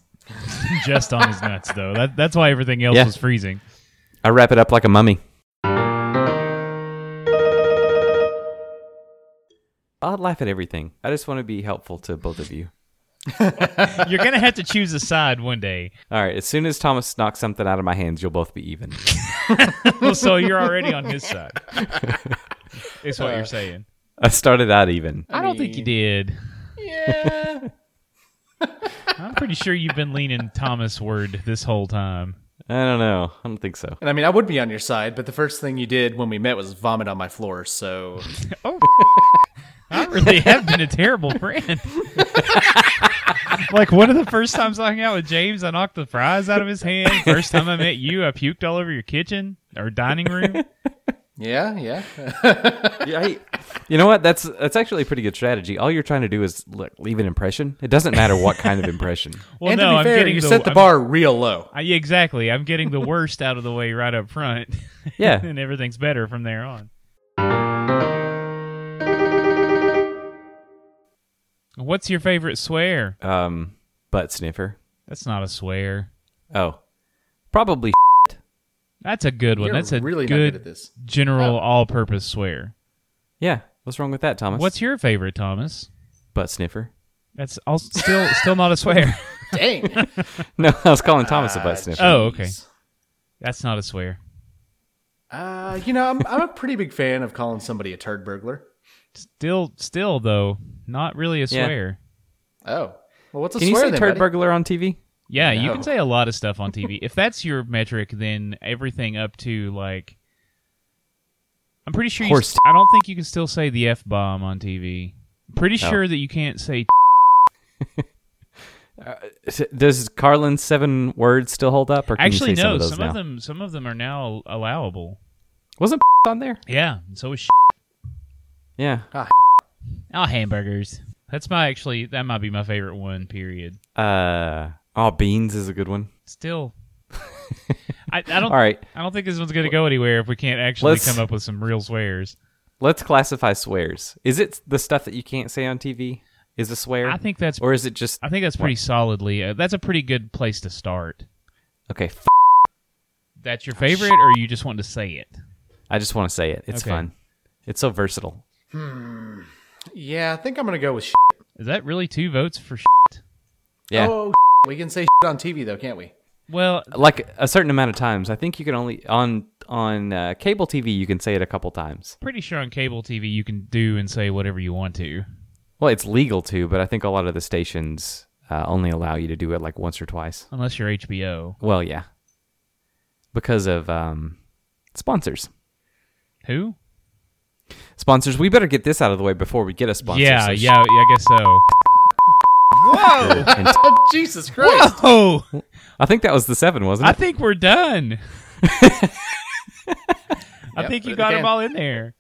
Speaker 4: Just on his nuts, though. That, that's why everything else
Speaker 2: Yeah.
Speaker 4: was freezing.
Speaker 2: I wrap it up like a mummy. I laugh at everything. I just want to be helpful to both of you.
Speaker 4: You're going to have to choose a side one day.
Speaker 2: All right. As soon as Thomas knocks something out of my hands, you'll both be even.
Speaker 4: Oh, so you're already on his side. Is
Speaker 3: Uh,
Speaker 4: what you're saying.
Speaker 2: I started out even.
Speaker 4: I don't think you did. Yeah. I'm pretty sure you've been leaning Thomas word this whole time.
Speaker 2: I don't know. I don't think so.
Speaker 1: And I mean, I would be on your side, but the first thing you did when we met was vomit on my floor. So
Speaker 4: Oh. I really have been a terrible friend. like one of the first times I hung out with James, I knocked the fries out of his hand. First time I met you, I puked all over your kitchen or dining room.
Speaker 1: yeah, yeah.
Speaker 2: Yeah, I- you know what? That's that's actually a pretty good strategy. All you're trying to do is like, leave an impression. It doesn't matter what kind of impression.
Speaker 4: Well,
Speaker 1: and
Speaker 4: no,
Speaker 1: to be
Speaker 4: I'm
Speaker 1: fair,
Speaker 4: getting
Speaker 1: you
Speaker 4: the,
Speaker 1: set the
Speaker 4: I'm-
Speaker 1: bar real low.
Speaker 4: I- yeah, exactly. I'm getting the worst out of the way right up front,
Speaker 2: Yeah.
Speaker 4: and everything's better from there on. What's your favorite swear?
Speaker 2: Um, butt sniffer.
Speaker 4: That's not a swear.
Speaker 2: Oh, probably.
Speaker 4: That's a good one.
Speaker 1: You're
Speaker 4: That's a
Speaker 1: really not
Speaker 4: good,
Speaker 1: good at this.
Speaker 4: general all-purpose swear.
Speaker 2: Yeah. What's wrong with that, Thomas?
Speaker 4: What's your favorite, Thomas?
Speaker 2: butt sniffer?
Speaker 4: That's all still still not a swear.
Speaker 1: Dang.
Speaker 2: No, I was calling Thomas a
Speaker 1: Ah,
Speaker 2: butt sniffer.
Speaker 4: oh, okay. That's not a swear.
Speaker 1: Uh, you know, I'm, I'm a pretty big fan of calling somebody a turd burglar.
Speaker 4: Still still though, not really a
Speaker 2: Yeah.
Speaker 4: swear.
Speaker 1: Oh. Well, what's a
Speaker 2: Can you
Speaker 1: swear
Speaker 2: say
Speaker 1: then,
Speaker 2: turd
Speaker 1: buddy?
Speaker 2: burglar on TV?
Speaker 4: Yeah, you
Speaker 1: No.
Speaker 4: can say a lot of stuff on TV. if that's your metric, then everything up to like I'm pretty sure you
Speaker 2: Horse
Speaker 4: I don't think you can still say the F bomb on TV. Pretty
Speaker 2: No.
Speaker 4: sure that you can't say
Speaker 2: S- Does Carlin's seven words still hold up? Or can
Speaker 4: Actually
Speaker 2: you say some
Speaker 4: no,
Speaker 2: of those now?
Speaker 4: them some of them are now allowable.
Speaker 2: Wasn't on there?
Speaker 4: Yeah, and so is sh-
Speaker 2: Yeah.
Speaker 4: Oh, hamburgers. That's my actually that might be my favorite one, period.
Speaker 2: Uh, oh, beans is a good one.
Speaker 4: Still I, I don't
Speaker 2: All right,
Speaker 4: I don't think this one's going to go anywhere if we can't actually
Speaker 2: Let's-
Speaker 4: come up with some real swears.
Speaker 2: let's classify swears. Is it the stuff that you can't say on TV? Is a swear?
Speaker 4: I think that's
Speaker 2: or is it just
Speaker 4: I think that's pretty solidly. Uh, that's a pretty good place to start.
Speaker 2: okay? F-
Speaker 4: That's your favorite, or you just want to say it?
Speaker 2: I just want to say it. It's
Speaker 4: Okay.
Speaker 2: fun. It's so versatile.
Speaker 1: Yeah, I think I'm going to go with shit.
Speaker 4: Is that really two votes for? Shit?
Speaker 2: Yeah,
Speaker 1: Oh, we can say shit on TV, though, can't we?
Speaker 4: Well,
Speaker 2: like a certain amount of times. I think you can only on on uh, cable TV you can say it a couple times.
Speaker 4: pretty sure on cable TV you can do and say whatever you want to.
Speaker 2: Well, it's legal to, but I think a lot of the stations uh, only allow you to do it like once or twice.
Speaker 4: Unless you're HBO.
Speaker 2: Well, yeah, because of um, sponsors.
Speaker 4: Who?
Speaker 2: Sponsors, we better get this out of the way before we get a sponsor.
Speaker 4: yeah,
Speaker 2: so
Speaker 4: yeah, yeah, I guess so.
Speaker 2: And-
Speaker 1: Jesus Christ.
Speaker 4: Oh,
Speaker 2: I think that was the seven, wasn't
Speaker 4: I
Speaker 2: it?
Speaker 4: think we're done. I
Speaker 1: Yep,
Speaker 4: think
Speaker 1: put
Speaker 4: you
Speaker 1: it
Speaker 4: got them
Speaker 1: again.
Speaker 4: all in there.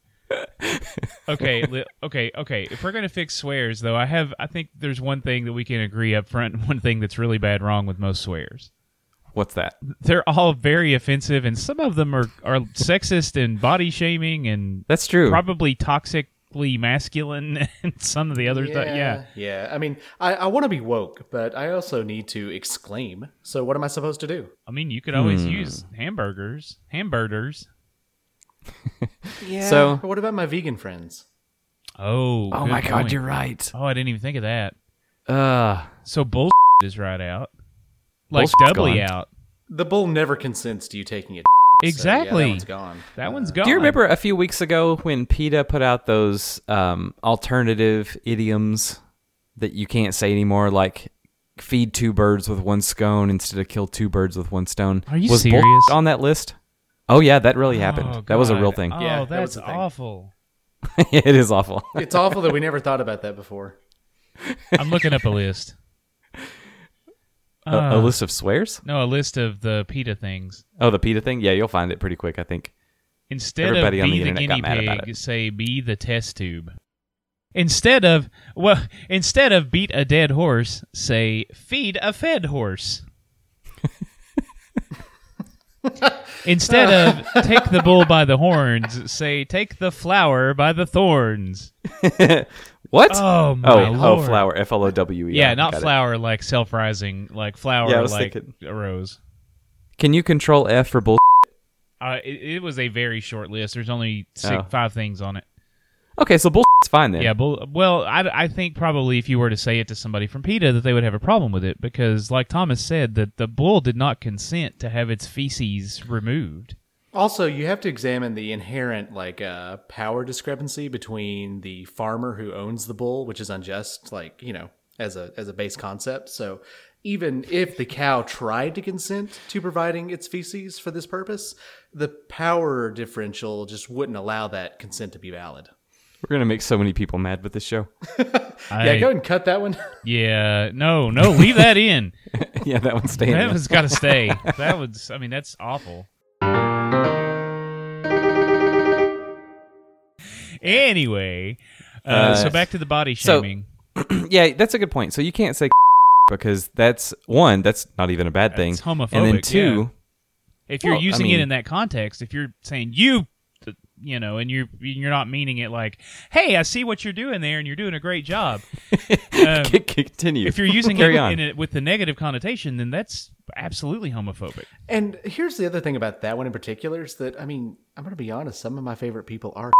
Speaker 4: okay, li- okay, okay. If we're gonna fix swears, though, I have. I think there's one thing that we can agree up front, and one thing that's really bad wrong with most swears.
Speaker 2: What's that?
Speaker 4: They're all very offensive, and some of them are are sexist and body shaming, and
Speaker 2: That's true.
Speaker 4: probably toxically masculine, and some of the others. that- yeah.
Speaker 1: Yeah. I mean, I, I want to be woke, but I also need to exclaim. So, what am I supposed to do?
Speaker 4: I mean, you could always
Speaker 2: Hmm.
Speaker 4: use hamburgers, hamburgers.
Speaker 1: Yeah.
Speaker 2: So-
Speaker 1: but what about my vegan friends?
Speaker 4: Oh,
Speaker 2: oh
Speaker 4: good
Speaker 2: my god,
Speaker 4: point.
Speaker 2: you're right.
Speaker 4: Oh, I didn't even think of that.
Speaker 2: Uh,
Speaker 4: So bull is right out. Like
Speaker 2: Bullshit's
Speaker 4: doubly
Speaker 2: gone.
Speaker 4: out.
Speaker 1: The bull never consents to you taking it. So, yeah, that
Speaker 4: Exactly.
Speaker 1: one's gone.
Speaker 4: that one's gone.
Speaker 2: do you remember a few weeks ago when PETA put out those um, alternative idioms that you can't say anymore, like feed two birds with one scone instead of kill two birds with one stone?
Speaker 4: Are you
Speaker 2: was bull
Speaker 4: serious?
Speaker 2: on that list? Oh yeah, that really happened.
Speaker 4: Oh,
Speaker 2: that was a
Speaker 4: God.
Speaker 2: real thing.
Speaker 4: Oh,
Speaker 1: Yeah, that was
Speaker 4: that's
Speaker 1: a thing.
Speaker 4: awful.
Speaker 2: it is awful.
Speaker 1: It's awful that we never thought about that before.
Speaker 4: I'm looking up a list.
Speaker 2: A-
Speaker 4: Uh,
Speaker 2: a, list of swears?
Speaker 4: No, a list of the PETA things.
Speaker 2: Oh, the PETA thing? Yeah, you'll find it pretty quick, I think.
Speaker 4: Instead
Speaker 2: Everybody
Speaker 4: of
Speaker 2: on
Speaker 4: be
Speaker 2: the
Speaker 4: the,
Speaker 2: internet got
Speaker 4: guinea
Speaker 2: mad about
Speaker 4: pig, say be the test tube. instead of well, instead of beat a dead horse, say feed a fed horse. instead of take the bull by the horns, say take the flower by the thorns.
Speaker 2: What?
Speaker 4: Oh my
Speaker 2: oh, oh,
Speaker 4: lord.
Speaker 2: flower. F L O W E.
Speaker 4: Yeah, not
Speaker 2: Got it.
Speaker 4: flower like self rising, like flower
Speaker 2: Yeah, I was
Speaker 4: like
Speaker 2: thinking-
Speaker 4: a rose.
Speaker 2: Can you control F for bull?
Speaker 4: Uh, it, it was a very short list. There's only six,
Speaker 2: Oh.
Speaker 4: five things on it.
Speaker 2: Okay, so bull is fine then.
Speaker 4: Yeah, bull, well, I, I think probably if you were to say it to somebody from PETA, that they would have a problem with it because, like Thomas said, that the bull did not consent to have its feces removed.
Speaker 1: Also, you have to examine the inherent like uh, power discrepancy between the farmer who owns the bull, which is unjust, like you know, as a as a base concept. So, even if the cow tried to consent to providing its feces for this purpose, the power differential just wouldn't allow that consent to be valid.
Speaker 2: We're gonna make so many people mad with this show.
Speaker 4: I,
Speaker 1: yeah, go ahead and cut that one.
Speaker 4: yeah, no, no, leave that in.
Speaker 2: yeah, that one's staying.
Speaker 4: that
Speaker 2: in.
Speaker 4: one's got to stay. That was, I mean, that's awful. Anyway, uh,
Speaker 2: Uh,
Speaker 4: so back to the body
Speaker 2: so-
Speaker 4: shaming.
Speaker 2: yeah, that's a good point. So you can't say because that's one. That's not even a bad thing.
Speaker 4: That's homophobic,
Speaker 2: And then two.
Speaker 4: if you're
Speaker 2: Well, I
Speaker 4: using
Speaker 2: mean-
Speaker 4: it in that context, if you're saying you, th- you know, and you're you're not meaning it like, hey, I see what you're doing there, and you're doing a great job. Um,
Speaker 2: c- Continue.
Speaker 4: if you're using
Speaker 2: Carry
Speaker 4: it
Speaker 2: on.
Speaker 4: in a, with the negative connotation, then that's absolutely homophobic.
Speaker 1: And here's the other thing about that one in particular is that I mean, I'm going to be honest. Some of my favorite people are.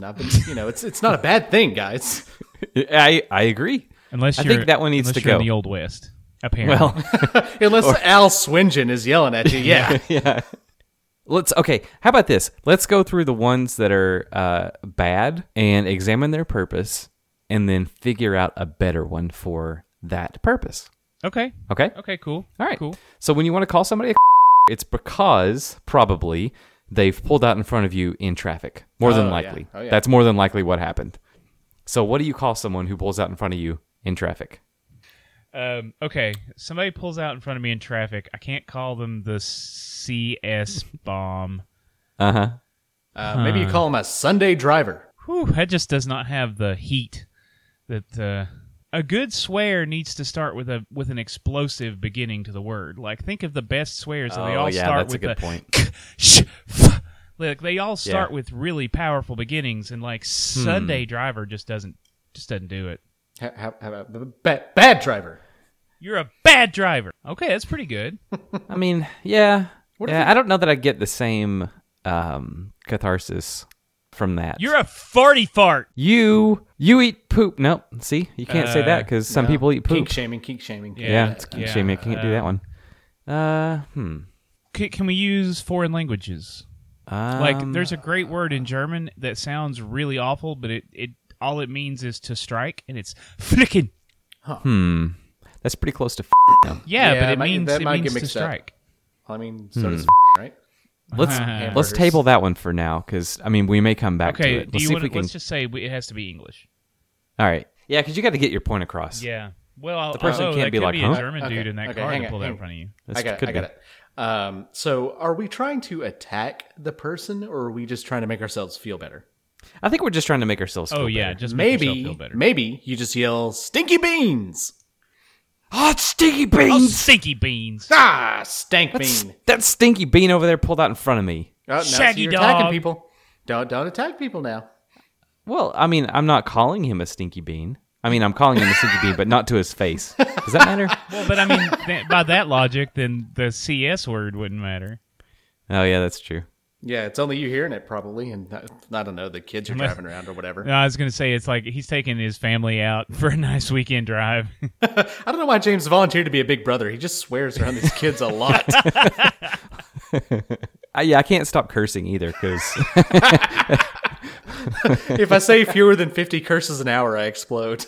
Speaker 1: and I've been, you know, it's it's not a bad thing, guys.
Speaker 2: I I agree.
Speaker 4: Unless
Speaker 2: I
Speaker 4: you're,
Speaker 2: think that one needs
Speaker 4: unless
Speaker 2: to
Speaker 4: you're
Speaker 2: go.
Speaker 4: in the old west. Apparently,
Speaker 2: Well,
Speaker 1: Unless Al Swingen is yelling at you, yeah.
Speaker 2: yeah. Let's okay. How about this? Let's go through the ones that are uh, bad and examine their purpose, and then figure out a better one for that purpose.
Speaker 4: okay,
Speaker 2: Okay.
Speaker 4: okay, cool.
Speaker 2: All right.
Speaker 4: cool.
Speaker 2: So when you want to call somebody a it's because probably they've pulled out in front of you in traffic. More
Speaker 1: Oh,
Speaker 2: than
Speaker 1: yeah.
Speaker 2: likely.
Speaker 1: Oh, yeah.
Speaker 2: That's more than likely what happened. So what do you call someone who pulls out in front of you in traffic?
Speaker 4: Um, okay, somebody pulls out in front of me in traffic. I can't call them the CS bomb.
Speaker 2: Uh-huh.
Speaker 1: Uh, maybe you call him a Sunday driver.
Speaker 4: Whew, that just does not have the heat that uh, a good swear needs to start with a with an explosive beginning to the word. Like think of the best swears, and they
Speaker 2: Oh,
Speaker 4: all
Speaker 2: yeah,
Speaker 4: start
Speaker 2: that's a
Speaker 4: with
Speaker 2: good
Speaker 4: the
Speaker 2: point.
Speaker 4: sh, f. Like they all start
Speaker 2: Yeah.
Speaker 4: with really powerful beginnings, and like Sunday
Speaker 2: Hmm.
Speaker 4: driver just doesn't just doesn't do it.
Speaker 1: Ha- ha- ha- b- bad, bad driver.
Speaker 4: You're a bad driver. Okay, that's pretty good.
Speaker 2: I mean, yeah. yeah, I don't know that I get the same um, catharsis from that.
Speaker 4: You're a farty fart.
Speaker 2: you you eat poop. Nope. See, you can't say
Speaker 4: Uh,
Speaker 2: that because some people eat poop.
Speaker 1: Kink shaming, kink shaming.
Speaker 4: Yeah.
Speaker 2: yeah, it's
Speaker 4: yeah,
Speaker 2: shame you can't do
Speaker 4: uh,
Speaker 2: that one. Uh, hmm.
Speaker 4: C- can we use foreign languages? Like
Speaker 1: Um,
Speaker 4: there's a great word in German that sounds really awful, but it, it all it means is to strike, and it's flicken.
Speaker 2: Hmm. That's pretty close to. F- now.
Speaker 4: Yeah,
Speaker 1: Yeah,
Speaker 4: but it
Speaker 1: might-
Speaker 4: means
Speaker 1: that
Speaker 4: it
Speaker 1: might get
Speaker 4: means to
Speaker 1: mixed up.
Speaker 4: strike.
Speaker 1: I mean, so does right?
Speaker 2: Let's
Speaker 4: Ah.
Speaker 2: let's
Speaker 1: Hamburgers.
Speaker 2: table that one for now because I mean we may come back to
Speaker 4: Okay,
Speaker 2: it.
Speaker 4: do
Speaker 2: Let's
Speaker 4: you
Speaker 2: see
Speaker 4: want?
Speaker 2: if we can.
Speaker 4: Let's just say we- it has to be English.
Speaker 2: All right. Yeah, because you got to get your point across.
Speaker 4: Yeah. Well, the
Speaker 2: person
Speaker 4: although
Speaker 2: can't
Speaker 4: that
Speaker 2: be
Speaker 4: could
Speaker 2: like,
Speaker 4: be
Speaker 2: huh?
Speaker 4: a German dude
Speaker 1: Okay,
Speaker 4: in that
Speaker 1: okay,
Speaker 4: car
Speaker 1: hang
Speaker 4: to
Speaker 1: on,
Speaker 4: pull that
Speaker 1: hang
Speaker 4: in front of you.
Speaker 1: I
Speaker 2: That's-
Speaker 1: got it.
Speaker 2: could
Speaker 1: I
Speaker 2: be.
Speaker 1: got it. Um, so, are we trying to attack the person, or are we just trying to make ourselves feel better?
Speaker 2: I think we're just trying to make ourselves.
Speaker 4: Oh
Speaker 2: feel
Speaker 4: yeah,
Speaker 2: better.
Speaker 4: just make yourself
Speaker 1: Maybe,
Speaker 4: feel better.
Speaker 1: maybe you just yell "stinky beans."
Speaker 2: Hot Ah, stinky
Speaker 4: Oh,
Speaker 2: beans.
Speaker 4: stinky beans.
Speaker 1: Ah, stank
Speaker 2: That's-
Speaker 1: bean.
Speaker 2: that stinky bean over there pulled out in front of me.
Speaker 1: Oh, no,
Speaker 4: shaggy
Speaker 1: so you're attacking
Speaker 4: dog.
Speaker 1: people. Don't don't attack people now.
Speaker 2: Well, I mean, I'm not calling him a stinky bean. I mean, I'm calling him a stinky bean, but not to his face. Does that matter?
Speaker 4: well, but I mean, th- by that logic, then the CS word wouldn't matter.
Speaker 2: Oh yeah, that's true.
Speaker 1: Yeah, it's only you hearing it probably, and uh, I don't know. The kids are driving around or whatever.
Speaker 4: No, I was gonna say it's like he's taking his family out for a nice weekend drive.
Speaker 1: I don't know why James volunteered to be a big brother. He just swears around these kids a lot.
Speaker 2: I, yeah, I can't stop cursing either because
Speaker 1: if I say fewer than 50 curses an hour, I explode.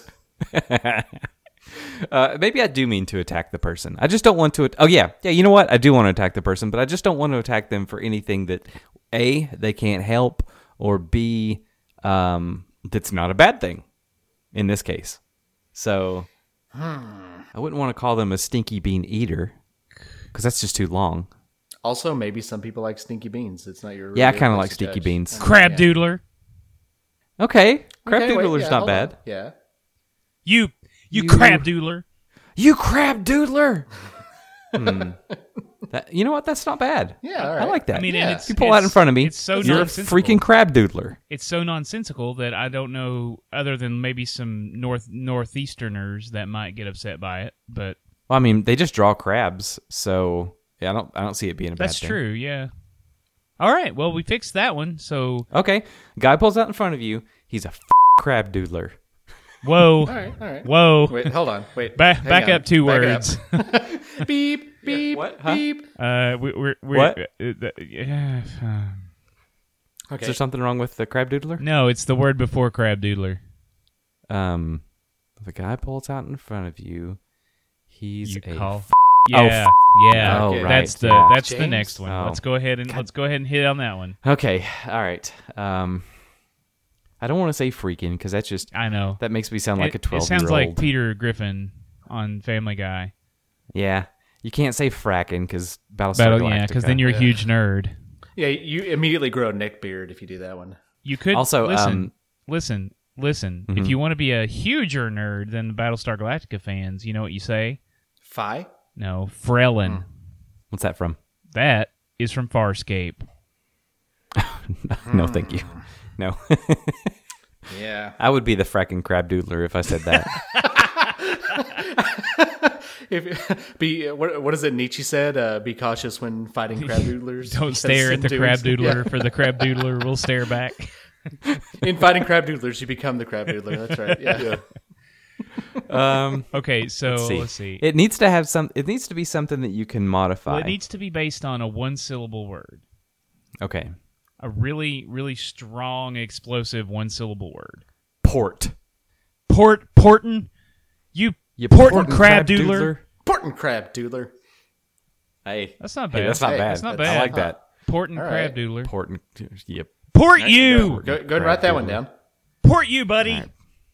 Speaker 2: uh, maybe I do mean to attack the person. I just don't want to. At- oh yeah, yeah. You know what? I do want to attack the person, but I just don't want to attack them for anything that a they can't help or b um, that's not a bad thing in this case. So
Speaker 1: Hmm.
Speaker 2: I wouldn't want to call them a stinky bean eater because that's just too long.
Speaker 1: Also, maybe some people like stinky beans. It's not your.
Speaker 2: Yeah, I
Speaker 1: your
Speaker 2: kind of
Speaker 1: place
Speaker 2: like
Speaker 1: to
Speaker 2: stinky
Speaker 1: judge.
Speaker 2: beans.
Speaker 4: Crab doodler.
Speaker 2: Okay, Crab
Speaker 1: Okay, wait,
Speaker 2: Doodler's
Speaker 1: yeah,
Speaker 2: not
Speaker 1: hold on.
Speaker 2: bad.
Speaker 1: Yeah.
Speaker 4: You, you,
Speaker 1: You-
Speaker 4: crab doodler.
Speaker 2: You Crab Doodler. Hmm. That- you know what? That's not bad.
Speaker 1: Yeah, all
Speaker 2: I
Speaker 1: right.
Speaker 2: like that.
Speaker 4: I mean,
Speaker 1: Yeah.
Speaker 4: and it's,
Speaker 2: you pull
Speaker 4: it's-
Speaker 2: out in front of me.
Speaker 4: It's so
Speaker 2: you're a
Speaker 4: nonsensical.
Speaker 2: freaking Crab Doodler.
Speaker 4: It's so nonsensical that I don't know, other than maybe some north northeasterners that might get upset by it. But
Speaker 2: Well, I mean, they just draw crabs, so yeah, I don't I don't see it being a bad
Speaker 4: that's
Speaker 2: thing.
Speaker 4: true. Yeah. All right. Well, we fixed that one. So
Speaker 2: Okay, guy pulls out in front of you. He's a f- crab doodler.
Speaker 4: whoa,
Speaker 1: All right. All right.
Speaker 4: whoa.
Speaker 1: Wait, hold on. Wait.
Speaker 4: Ba-
Speaker 1: hang
Speaker 4: back
Speaker 1: on.
Speaker 4: up two
Speaker 1: Back
Speaker 4: words.
Speaker 1: up. beep, beep,
Speaker 2: what? Huh?
Speaker 1: beep.
Speaker 4: Uh, we, we're, we're
Speaker 2: What?
Speaker 4: uh, th- yeah, uh,
Speaker 1: Okay.
Speaker 2: Is there something wrong with the crab doodler?
Speaker 4: no, it's the word before crab doodler.
Speaker 2: Um, the guy pulls out in front of you. He's
Speaker 4: You
Speaker 2: a
Speaker 4: call.
Speaker 2: f- oh,
Speaker 4: yeah, yeah.
Speaker 1: Oh,
Speaker 4: That's
Speaker 2: right,
Speaker 4: the
Speaker 2: yeah.
Speaker 4: that's the
Speaker 1: James?
Speaker 4: next one.
Speaker 2: Oh.
Speaker 4: Let's go ahead and let's go ahead and hit on that one.
Speaker 2: okay. All right. Um, I don't want to say freaking because that's just
Speaker 4: I know.
Speaker 2: that makes me sound like
Speaker 4: it,
Speaker 2: a twelve.
Speaker 4: It sounds
Speaker 2: year
Speaker 4: like
Speaker 2: old.
Speaker 4: Peter Griffin on Family Guy.
Speaker 2: yeah. You can't say fracking because Battlestar
Speaker 4: Battle,
Speaker 2: Galactica.
Speaker 4: yeah, because then you're a huge nerd.
Speaker 1: Yeah, you immediately grow a neck beard if you do that one.
Speaker 4: You could
Speaker 2: Also,
Speaker 4: listen,
Speaker 2: um, Mm-hmm.
Speaker 4: listen, listen. If you want to be a huger nerd than the Battlestar Galactica fans, you know what you say?
Speaker 1: Fi?
Speaker 4: No, Frelin.
Speaker 2: Hmm. What's that from?
Speaker 4: That is from Farscape.
Speaker 2: no, thank you.
Speaker 4: Hmm.
Speaker 2: No,
Speaker 1: Yeah.
Speaker 2: I would be the fracking crab doodler if I said that.
Speaker 1: If be uh, what what is it Nietzsche said? Uh, be cautious when fighting crab doodlers.
Speaker 4: Don't
Speaker 1: Because
Speaker 4: stare at the
Speaker 1: in doing-
Speaker 4: crab doodler, for the crab doodler will stare back.
Speaker 1: yeah. In fighting crab doodlers, you become the crab doodler. That's right. Yeah.
Speaker 2: um,
Speaker 4: Okay, so let's Oh, see.
Speaker 2: It needs to have some. It needs to be something that you can modify.
Speaker 4: Well, it needs to be based on a one syllable word,
Speaker 2: okay.
Speaker 4: a really, really strong, explosive one syllable word.
Speaker 2: Port.
Speaker 4: Port, Porton, you,
Speaker 2: You
Speaker 4: Porton,
Speaker 2: portin'
Speaker 4: crab, doodler.
Speaker 1: Important crab doodler.
Speaker 2: Hey.
Speaker 4: That's not bad.
Speaker 2: Hey, that's not
Speaker 1: Hey,
Speaker 2: bad.
Speaker 1: that's
Speaker 4: not
Speaker 2: I
Speaker 4: bad.
Speaker 2: like that.
Speaker 4: Porton
Speaker 1: All
Speaker 4: crab
Speaker 1: right.
Speaker 4: doodler.
Speaker 2: Port and yep.
Speaker 4: Port you,
Speaker 1: Go, go ahead and write that one down.
Speaker 4: port you, buddy.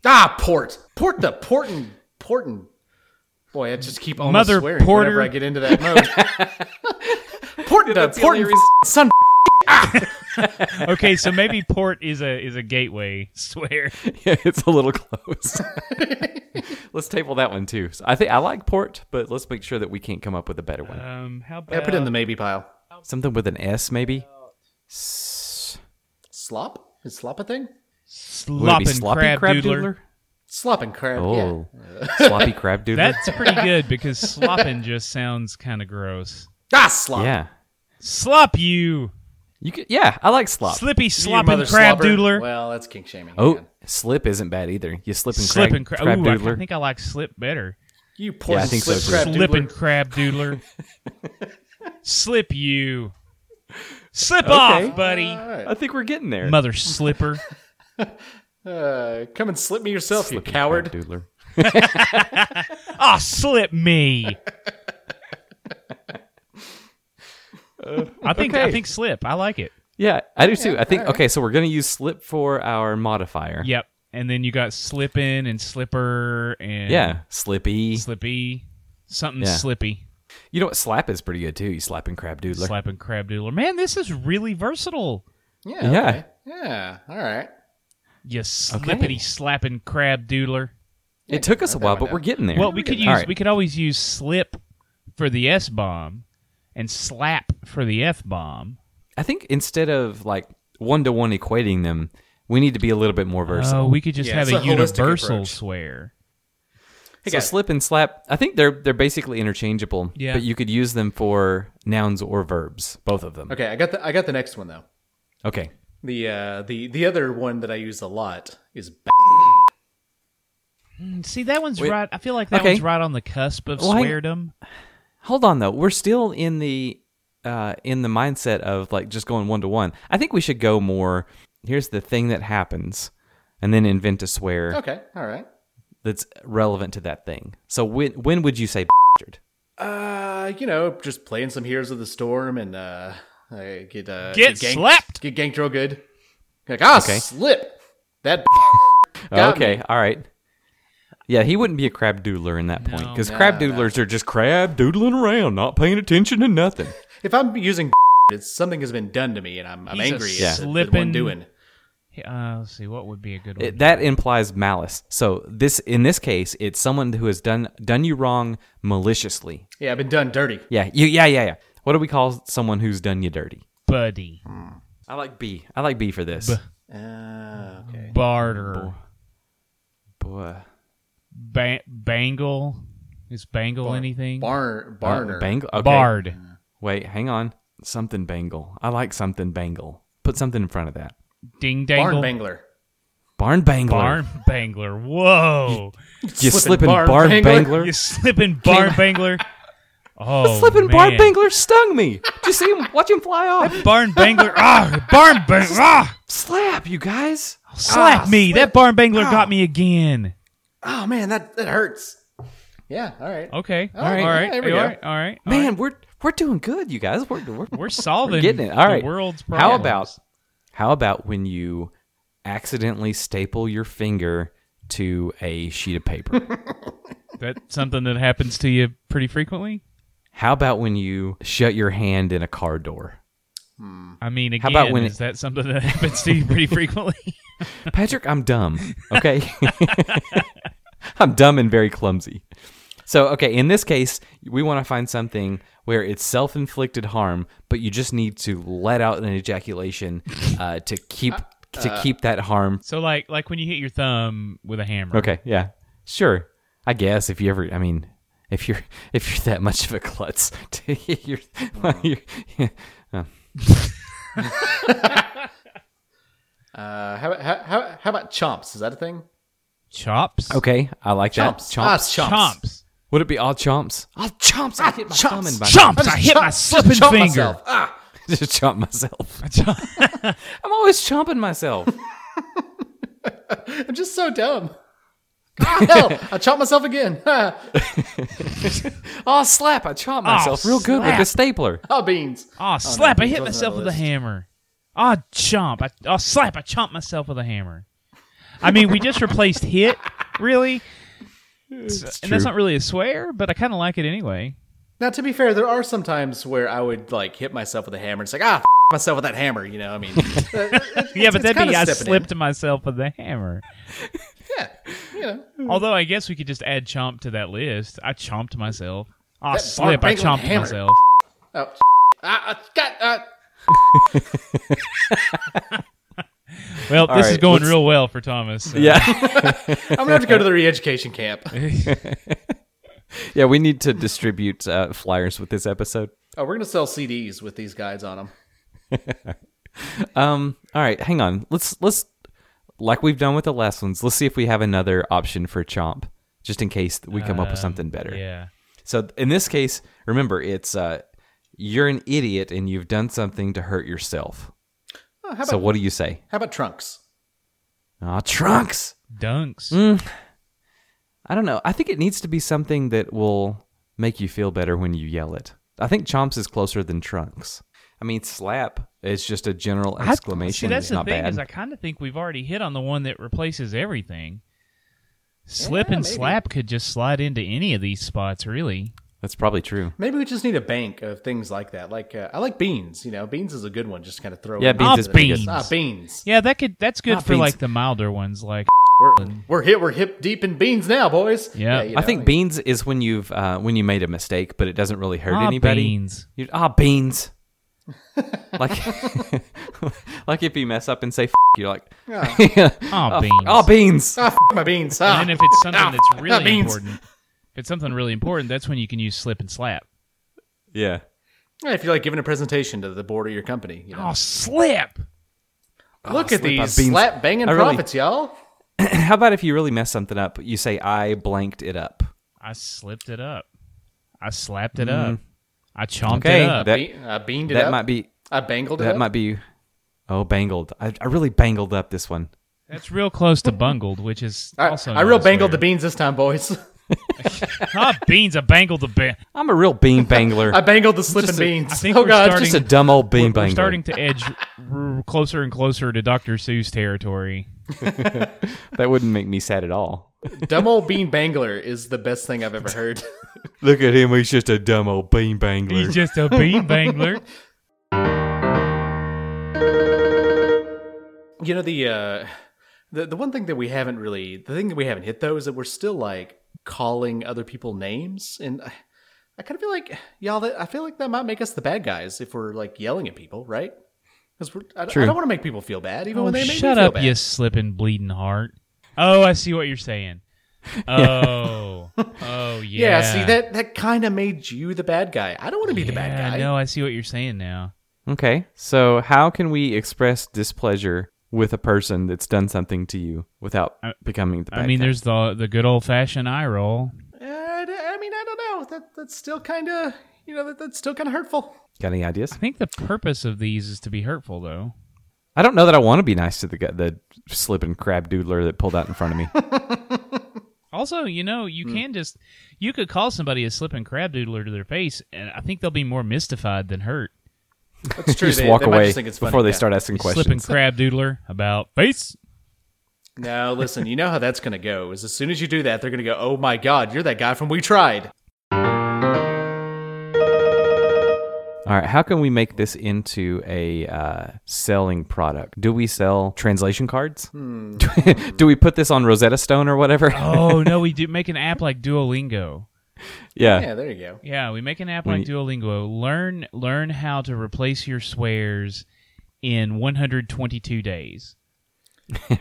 Speaker 1: Ah, port. Port the portin portin. Boy, I just keep almost
Speaker 4: Mother
Speaker 1: swearing
Speaker 4: Porter.
Speaker 1: whenever I get into that mode. portin the
Speaker 2: That's the only
Speaker 1: portin
Speaker 2: reason-
Speaker 1: son.
Speaker 4: Okay, so maybe port is a is a gateway swear.
Speaker 2: Yeah, it's a little close. let's table that one too. So I think I like port, but let's make sure that we can't come up with a better one.
Speaker 4: Um, how about
Speaker 1: Yeah, put it in the maybe pile.
Speaker 2: Something with an S maybe. S-
Speaker 1: Slop is slop a thing?
Speaker 2: would it be
Speaker 4: slopping crab, doodler?
Speaker 1: Slop and crab. Yeah.
Speaker 2: Oh, sloppy crab doodler.
Speaker 4: That's pretty good because slopping just sounds kind of gross.
Speaker 1: Ah, slop.
Speaker 2: yeah.
Speaker 4: Slop you,
Speaker 2: You could, yeah, I like slop.
Speaker 4: slippy
Speaker 1: You
Speaker 4: slopping
Speaker 1: mother
Speaker 4: crab
Speaker 1: slobber.
Speaker 4: doodler.
Speaker 1: Well, that's kink shaming.
Speaker 2: Oh,
Speaker 1: again.
Speaker 2: slip isn't bad either. You slip and
Speaker 4: Slipping
Speaker 2: crab,
Speaker 4: crab,
Speaker 2: crab
Speaker 4: Ooh, I, I
Speaker 2: doodler.
Speaker 4: think I like slip better.
Speaker 1: you poor
Speaker 2: Yeah, I
Speaker 1: slip
Speaker 2: think so, too.
Speaker 1: crab
Speaker 4: Slipping
Speaker 1: doodler.
Speaker 4: crab doodler. slip you. Slip off, buddy.
Speaker 1: All right.
Speaker 2: I think we're getting there.
Speaker 4: Mother slipper.
Speaker 1: Uh, come and slip me yourself,
Speaker 2: Slipping
Speaker 1: you
Speaker 2: crab
Speaker 1: coward.
Speaker 2: doodler.
Speaker 4: Ah, slip me. I think I
Speaker 2: okay.
Speaker 4: think slip. I like it.
Speaker 2: Yeah, I do too. I think okay, so we're gonna use slip for our modifier.
Speaker 4: Yep. And then you got slippin' and slipper and
Speaker 2: Yeah, slippy.
Speaker 4: slippy. Something
Speaker 2: Yeah.
Speaker 4: slippy.
Speaker 2: You know what? Slap is pretty good too. You slapping crab doodler.
Speaker 4: Slapping crab doodler. Man, this is really versatile.
Speaker 1: Yeah.
Speaker 2: Yeah.
Speaker 1: okay. Yeah. All right.
Speaker 4: You slippity slapping crab doodler.
Speaker 2: It took us a while,
Speaker 1: one
Speaker 2: but
Speaker 1: down.
Speaker 2: we're getting there.
Speaker 4: Well, we could use
Speaker 2: All right.
Speaker 4: we could always use slip for the S bomb and slap for the F bomb.
Speaker 2: I think instead of like one to one equating them, we need to be a little bit more versatile.
Speaker 4: Oh, we could just
Speaker 1: Yeah,
Speaker 4: have
Speaker 1: it's a
Speaker 4: a,
Speaker 1: holistic
Speaker 4: universal
Speaker 1: approach.
Speaker 4: swear.
Speaker 1: Hey,
Speaker 2: so
Speaker 1: guys.
Speaker 2: slip and slap. I think they're they're basically interchangeable.
Speaker 4: Yeah.
Speaker 2: But you could use them for nouns or verbs, both of them.
Speaker 1: Okay, I got the I got the next one though.
Speaker 2: Okay.
Speaker 1: The uh the the other one that I use a lot is b-
Speaker 4: Mm, See, that one's
Speaker 2: Wait.
Speaker 4: right. I feel like that
Speaker 2: Okay.
Speaker 4: one's right on the cusp of
Speaker 2: Well, hang-
Speaker 4: sweardom.
Speaker 2: Hold on though. We're still in the uh, in the mindset of like just going one to one. I think we should go more. Here's the thing that happens, and then invent a swear
Speaker 1: okay. All right.
Speaker 2: that's relevant to that thing. So when when would you say bastard?
Speaker 1: Uh, you know, just playing some Heroes of the Storm and uh, I get uh,
Speaker 4: Get
Speaker 1: ganked-
Speaker 4: slapped!
Speaker 1: get ganked real good. Like ah,
Speaker 2: Okay.
Speaker 1: slip that.
Speaker 2: Oh,
Speaker 1: Got
Speaker 2: okay, all right. Yeah, he wouldn't be a crab doodler in that point because
Speaker 1: No,
Speaker 2: crab
Speaker 1: no.
Speaker 2: doodlers are just crab doodling around, not paying attention to nothing.
Speaker 1: If I'm using, it's something has been done to me, and I'm I'm
Speaker 4: He's a
Speaker 1: angry.
Speaker 4: Yeah.
Speaker 1: at the- the one
Speaker 4: slippin'
Speaker 1: doing.
Speaker 4: Uh, let's see what would be a good one.
Speaker 2: It- that implies malice. So this, in this case, it's someone who has done done you wrong maliciously.
Speaker 1: Yeah, I've been done dirty.
Speaker 2: Yeah, you, yeah, yeah, yeah. What do we call someone who's done you dirty?
Speaker 4: Buddy,
Speaker 2: I like B. I like B for this.
Speaker 4: B-
Speaker 1: Uh, okay.
Speaker 4: barter,
Speaker 2: Boy.
Speaker 4: ba- bangle. Is bangle anything?
Speaker 1: Barn,
Speaker 2: Uh,
Speaker 1: Barner.
Speaker 2: bangle. Okay.
Speaker 4: Bard.
Speaker 2: Wait, hang on. Something bangle. I like something bangle. Put something in front of that.
Speaker 4: Ding
Speaker 1: Barn
Speaker 4: dangle.
Speaker 1: Bangler.
Speaker 2: Barn bangler.
Speaker 4: Barn bangler. Whoa.
Speaker 2: You
Speaker 1: Slipping
Speaker 2: slipping,
Speaker 1: barn
Speaker 2: barn,
Speaker 1: bangler.
Speaker 2: bangler.
Speaker 4: You slipping barn bangler. Oh,
Speaker 2: Slipping barn
Speaker 4: man.
Speaker 2: bangler stung me. Did you see him? Watch him fly off.
Speaker 4: Barn bangler. Ah, barn bangler. Ah,
Speaker 2: Slap, you guys.
Speaker 4: slap
Speaker 2: Ah,
Speaker 4: me. That barn bangler got me again.
Speaker 1: Oh man, that that hurts. Yeah. All right.
Speaker 4: Okay.
Speaker 1: Oh,
Speaker 4: all right.
Speaker 1: yeah,
Speaker 4: All right.
Speaker 1: there we
Speaker 4: all
Speaker 1: go.
Speaker 4: right. All right. all
Speaker 2: Man,
Speaker 4: right.
Speaker 2: we're we're doing good, you guys. We're we're,
Speaker 4: we're solving
Speaker 2: getting it. All right.
Speaker 4: the world's problems.
Speaker 2: how about how about when you accidentally staple your finger to a sheet of paper?
Speaker 4: that's something that happens to you pretty frequently?
Speaker 2: How about when you shut your hand in a car door?
Speaker 4: I mean, again,
Speaker 2: How about when
Speaker 4: is
Speaker 2: it-
Speaker 4: that something that happens to you pretty frequently?
Speaker 2: Patrick, I'm dumb. Okay. I'm dumb and very clumsy. So, okay, in this case, we want to find something where it's self inflicted harm, but you just need to let out an ejaculation uh, to keep to keep that harm.
Speaker 4: so, like, like when you hit your thumb with a hammer.
Speaker 2: Okay, yeah. Sure. I guess if you ever I mean if you're if you're that much of a klutz to hit your you
Speaker 1: Uh, how, how how how about chomps? Is that a thing?
Speaker 4: Chops.
Speaker 2: Okay, I like that.
Speaker 1: Chomps. Ah, it's chomps.
Speaker 4: Chomps.
Speaker 2: Would it be all chomps? All chomps. I hit my thumb in my
Speaker 4: Chomps. I hit my
Speaker 1: Just
Speaker 4: slipping
Speaker 1: chomp
Speaker 4: finger.
Speaker 1: myself. Ah,
Speaker 2: just chomp myself. I'm always chomping myself.
Speaker 1: I'm just so dumb. ah, hell, I chomped myself again. Ah,
Speaker 2: Oh slap! I chomped myself real good with
Speaker 4: slap.
Speaker 2: a stapler.
Speaker 1: beans.
Speaker 4: Oh, slap. I
Speaker 1: it
Speaker 4: hit
Speaker 1: wasn't
Speaker 4: myself
Speaker 1: on the
Speaker 4: with a
Speaker 1: list.
Speaker 4: hammer. Oh, chomp. I, oh, slap. I chomped myself with a hammer. I mean, we just replaced hit, really? and that's
Speaker 2: true.
Speaker 4: not really a swear, but I kind of like it anyway.
Speaker 1: Now, to be fair, there are some times where I would like hit myself with a hammer. It's like ah, f- myself with that hammer. You know, I mean,
Speaker 4: yeah, but
Speaker 1: it's
Speaker 4: that'd be
Speaker 1: kinda
Speaker 4: I
Speaker 1: stepping
Speaker 4: slipped myself with a hammer.
Speaker 1: yeah, you know,
Speaker 4: Although I guess we could just add chomp to that list. I chomped myself. I
Speaker 1: That
Speaker 4: slip. I
Speaker 1: barn-bangling
Speaker 4: chomped
Speaker 1: hammer.
Speaker 4: myself.
Speaker 1: oh, ah, ah, God, ah.
Speaker 4: Well, this is
Speaker 2: right,
Speaker 4: going
Speaker 2: let's-
Speaker 4: real well for Thomas. so-
Speaker 2: Yeah,
Speaker 1: I'm gonna have to go to the re-education camp.
Speaker 2: yeah. We need to distribute uh, flyers with this episode.
Speaker 1: Oh, we're gonna sell CDs with these guides on them.
Speaker 2: Um. All right, hang on. Let's let's like we've done with the last ones. Let's see if we have another option for chomp, just in case we come up with something better.
Speaker 4: Yeah.
Speaker 2: So in this case, remember it's uh, you're an idiot and you've done something to hurt yourself.
Speaker 1: Oh, how about
Speaker 2: So what do you say?
Speaker 1: how about trunks?
Speaker 2: Ah, trunks. Mm.
Speaker 4: Dunks.
Speaker 2: I don't know. I think it needs to be something that will make you feel better when you yell it. I think chomps is closer than trunks. I mean, slap is just a general
Speaker 4: I-
Speaker 2: exclamation.
Speaker 4: See, that's
Speaker 2: it's
Speaker 4: the
Speaker 2: not
Speaker 4: thing
Speaker 2: bad.
Speaker 4: is I kind of think we've already hit on the one that replaces everything. Slip and
Speaker 1: maybe.
Speaker 4: slap could just slide into any of these spots, really.
Speaker 2: That's probably true.
Speaker 1: Maybe we just need a bank of things like that. Like uh, I like beans. You know, beans is a good one. Just kind of throw.
Speaker 2: Yeah,
Speaker 1: in
Speaker 2: beans
Speaker 1: there.
Speaker 2: is pretty good.
Speaker 1: Ah, beans.
Speaker 4: Yeah, that could. That's good
Speaker 2: Not
Speaker 4: for
Speaker 2: beans.
Speaker 4: like the milder ones, like
Speaker 1: We're we're hip we're hip deep in beans now, boys.
Speaker 4: Yeah.
Speaker 1: you
Speaker 2: I
Speaker 1: know,
Speaker 2: think
Speaker 1: like-
Speaker 2: beans is when you've uh, when you made a mistake, but it doesn't really hurt
Speaker 4: ah,
Speaker 2: anybody.
Speaker 4: beans.
Speaker 2: You- ah, beans. like, like if you mess up and say "f," you're like,
Speaker 4: Ah,
Speaker 2: "Ah,
Speaker 4: beans.
Speaker 2: f- ah, beans.
Speaker 1: Ah, f- my beans. Ah.
Speaker 4: And then if it's something
Speaker 1: Ah,
Speaker 4: that's really
Speaker 1: beans.
Speaker 4: important, if it's something really important, that's when you can use slip and slap.
Speaker 2: Yeah.
Speaker 1: Yeah, if you're like giving a presentation to the board of your company, you know,
Speaker 4: Oh, slip!
Speaker 1: look
Speaker 2: Oh,
Speaker 1: at
Speaker 2: slip my
Speaker 1: these
Speaker 2: beans.
Speaker 1: slap banging
Speaker 2: I really-
Speaker 1: profits, y'all.
Speaker 2: How about if you really mess something up, you say "I blanked it up."
Speaker 4: I slipped it up. I slapped it up. I chomped
Speaker 2: Okay,
Speaker 4: it up.
Speaker 2: that-
Speaker 1: Be- I beaned it
Speaker 2: that
Speaker 1: up.
Speaker 2: might be
Speaker 1: I bangled it.
Speaker 2: That
Speaker 1: up.
Speaker 2: might be. Oh, bangled. I, I really bangled up this one.
Speaker 4: That's real close to bungled, which is
Speaker 1: I,
Speaker 4: also.
Speaker 1: I real bangled the beans this time, boys.
Speaker 4: beans. Ah, beans! I bangled the bean.
Speaker 2: I'm a real bean bangler.
Speaker 1: I bangled the slipping
Speaker 2: a-
Speaker 1: beans.
Speaker 4: I think
Speaker 1: oh
Speaker 4: we're
Speaker 1: god,
Speaker 4: starting-
Speaker 2: Just a dumb old bean
Speaker 4: We're-
Speaker 2: bangler.
Speaker 4: We're starting to edge r- closer and closer to Dr. Seuss territory.
Speaker 2: That wouldn't make me sad at all.
Speaker 1: dumb old bean bangler is the best thing I've ever heard.
Speaker 2: Look at him. He's just a dumb old bean bangler.
Speaker 4: He's just a bean bangler.
Speaker 1: You know the uh, the the one thing that we haven't really the thing that we haven't hit though is that we're still like calling other people names, and I, I kind of feel like y'all that I feel like that might make us the bad guys if we're like yelling at people, right? Because we're I, I
Speaker 2: True.
Speaker 1: don't want to make people feel bad, even
Speaker 4: Oh,
Speaker 1: when they make
Speaker 4: shut
Speaker 1: me feel
Speaker 4: up,
Speaker 1: bad.
Speaker 4: you slipping, bleeding heart. Oh, I see what you're saying. Oh, oh, yeah.
Speaker 1: Yeah, see that that kind of made you the bad guy. I don't want to be the bad
Speaker 4: Yeah,
Speaker 1: guy.
Speaker 4: No, I see what you're saying now.
Speaker 2: Okay. So, how can we express displeasure with a person that's done something to you without
Speaker 4: I-
Speaker 2: becoming the bad
Speaker 4: I mean,
Speaker 2: guy?
Speaker 4: there's the the good old fashioned eye roll.
Speaker 1: I, Uh, I mean, I don't know. That that's still kind of you know that, that's still kind of hurtful.
Speaker 2: got any ideas?
Speaker 4: I think the purpose of these is to be hurtful, though.
Speaker 2: I don't know that I want to be nice to the guy, the slipping crab doodler that pulled out in front of me.
Speaker 4: Also, you know,
Speaker 1: Hmm.
Speaker 4: you can just you could call somebody a slipping crab doodler to their face, and I think they'll be more mystified than hurt.
Speaker 1: That's true.
Speaker 2: just
Speaker 1: they,
Speaker 2: walk
Speaker 1: they might
Speaker 2: away
Speaker 1: just think it's funny,
Speaker 2: before they
Speaker 1: yeah.
Speaker 2: start asking
Speaker 4: Slipping
Speaker 2: questions.
Speaker 4: crab doodler about face.
Speaker 1: No, listen, you know how that's going to go. Is as soon as you do that, they're going to go, "Oh my god, you're that guy from We Tried."
Speaker 2: All right, how can we make this into a uh, selling product? Do we sell translation cards?
Speaker 1: Hmm.
Speaker 2: Do we put this on Rosetta Stone or whatever?
Speaker 4: Oh no, we do make an app like Duolingo.
Speaker 2: yeah.
Speaker 1: Yeah, there you go.
Speaker 4: Yeah, we make an app
Speaker 2: When
Speaker 4: like
Speaker 2: you-
Speaker 4: Duolingo. Learn learn how to replace your swears in 122 days. And,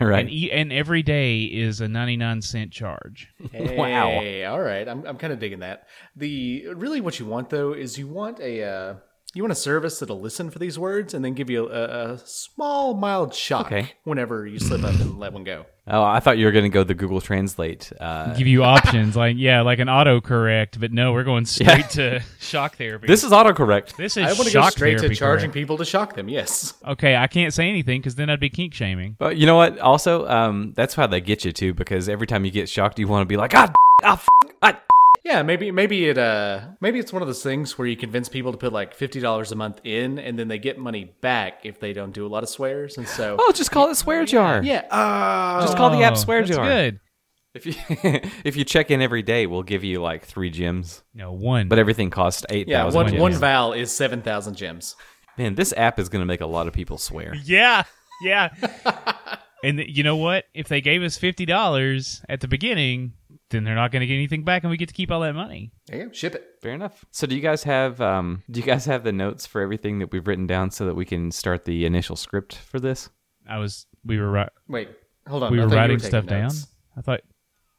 Speaker 2: right.
Speaker 4: e- and every day is a 99 cent charge.
Speaker 2: Wow.
Speaker 1: Hey, all right, I'm I'm kind of digging that. The really what you want though is you want a uh, you want a service that'll listen for these words and then give you a, a, a small mild shock
Speaker 2: Okay.
Speaker 1: whenever you slip up and let one go.
Speaker 2: Oh, I thought you were going to go the Google Translate. Uh,
Speaker 4: Give you options like yeah, like an autocorrect, but no, we're going straight to shock therapy.
Speaker 2: this is autocorrect.
Speaker 4: this
Speaker 1: I
Speaker 4: is
Speaker 1: want to go
Speaker 4: shock
Speaker 1: straight to
Speaker 4: therapy,
Speaker 1: charging
Speaker 4: correct.
Speaker 1: people to shock them. Yes.
Speaker 4: Okay, I can't say anything because then I'd be kink shaming.
Speaker 2: But you know what? Also, um, that's how they get you too, because every time you get shocked, you want to be like, ah, ah, f- ah.
Speaker 1: Yeah, maybe maybe it uh maybe it's one of those things where you convince people to put like fifty dollars a month in, and then they get money back if they don't do a lot of swears, and so
Speaker 2: Oh, just call it swear jar.
Speaker 1: yeah, uh,
Speaker 2: Just call the app
Speaker 4: Oh,
Speaker 2: swear
Speaker 4: that's
Speaker 2: jar.
Speaker 4: Good.
Speaker 2: If you if you check in every day, we'll give you like three gems,
Speaker 4: No one.
Speaker 2: but everything costs eight
Speaker 1: yeah.
Speaker 2: thousand.
Speaker 1: One
Speaker 2: gems.
Speaker 1: one vowel is seven thousand gems.
Speaker 2: Man, this app is going to make a lot of people swear.
Speaker 4: Yeah, yeah. and th- you know what? If they gave us fifty dollars at the beginning, then they're not going to get anything back, and we get to keep all that money.
Speaker 1: There you go, ship it.
Speaker 2: Fair enough. So, do you guys have um, do you guys have the notes for everything that we've written down so that we can start the initial script for this?
Speaker 4: I was, we were, ri-
Speaker 1: Wait, hold on.
Speaker 4: we
Speaker 1: I
Speaker 4: were
Speaker 1: thought you
Speaker 4: writing
Speaker 1: taking
Speaker 4: stuff down.
Speaker 1: notes.
Speaker 4: I thought,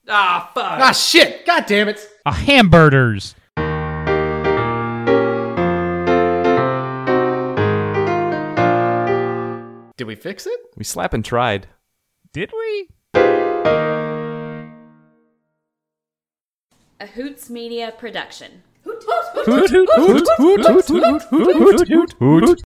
Speaker 1: Ah shit! God damn it!
Speaker 4: ah, hamburgers.
Speaker 1: Did we fix it?
Speaker 2: We slap and tried.
Speaker 4: Did we?
Speaker 5: A Hoots Media production.
Speaker 4: Hoot, hoot, hoot, hoot, hoot, hoot, hoot, hoot, hoot.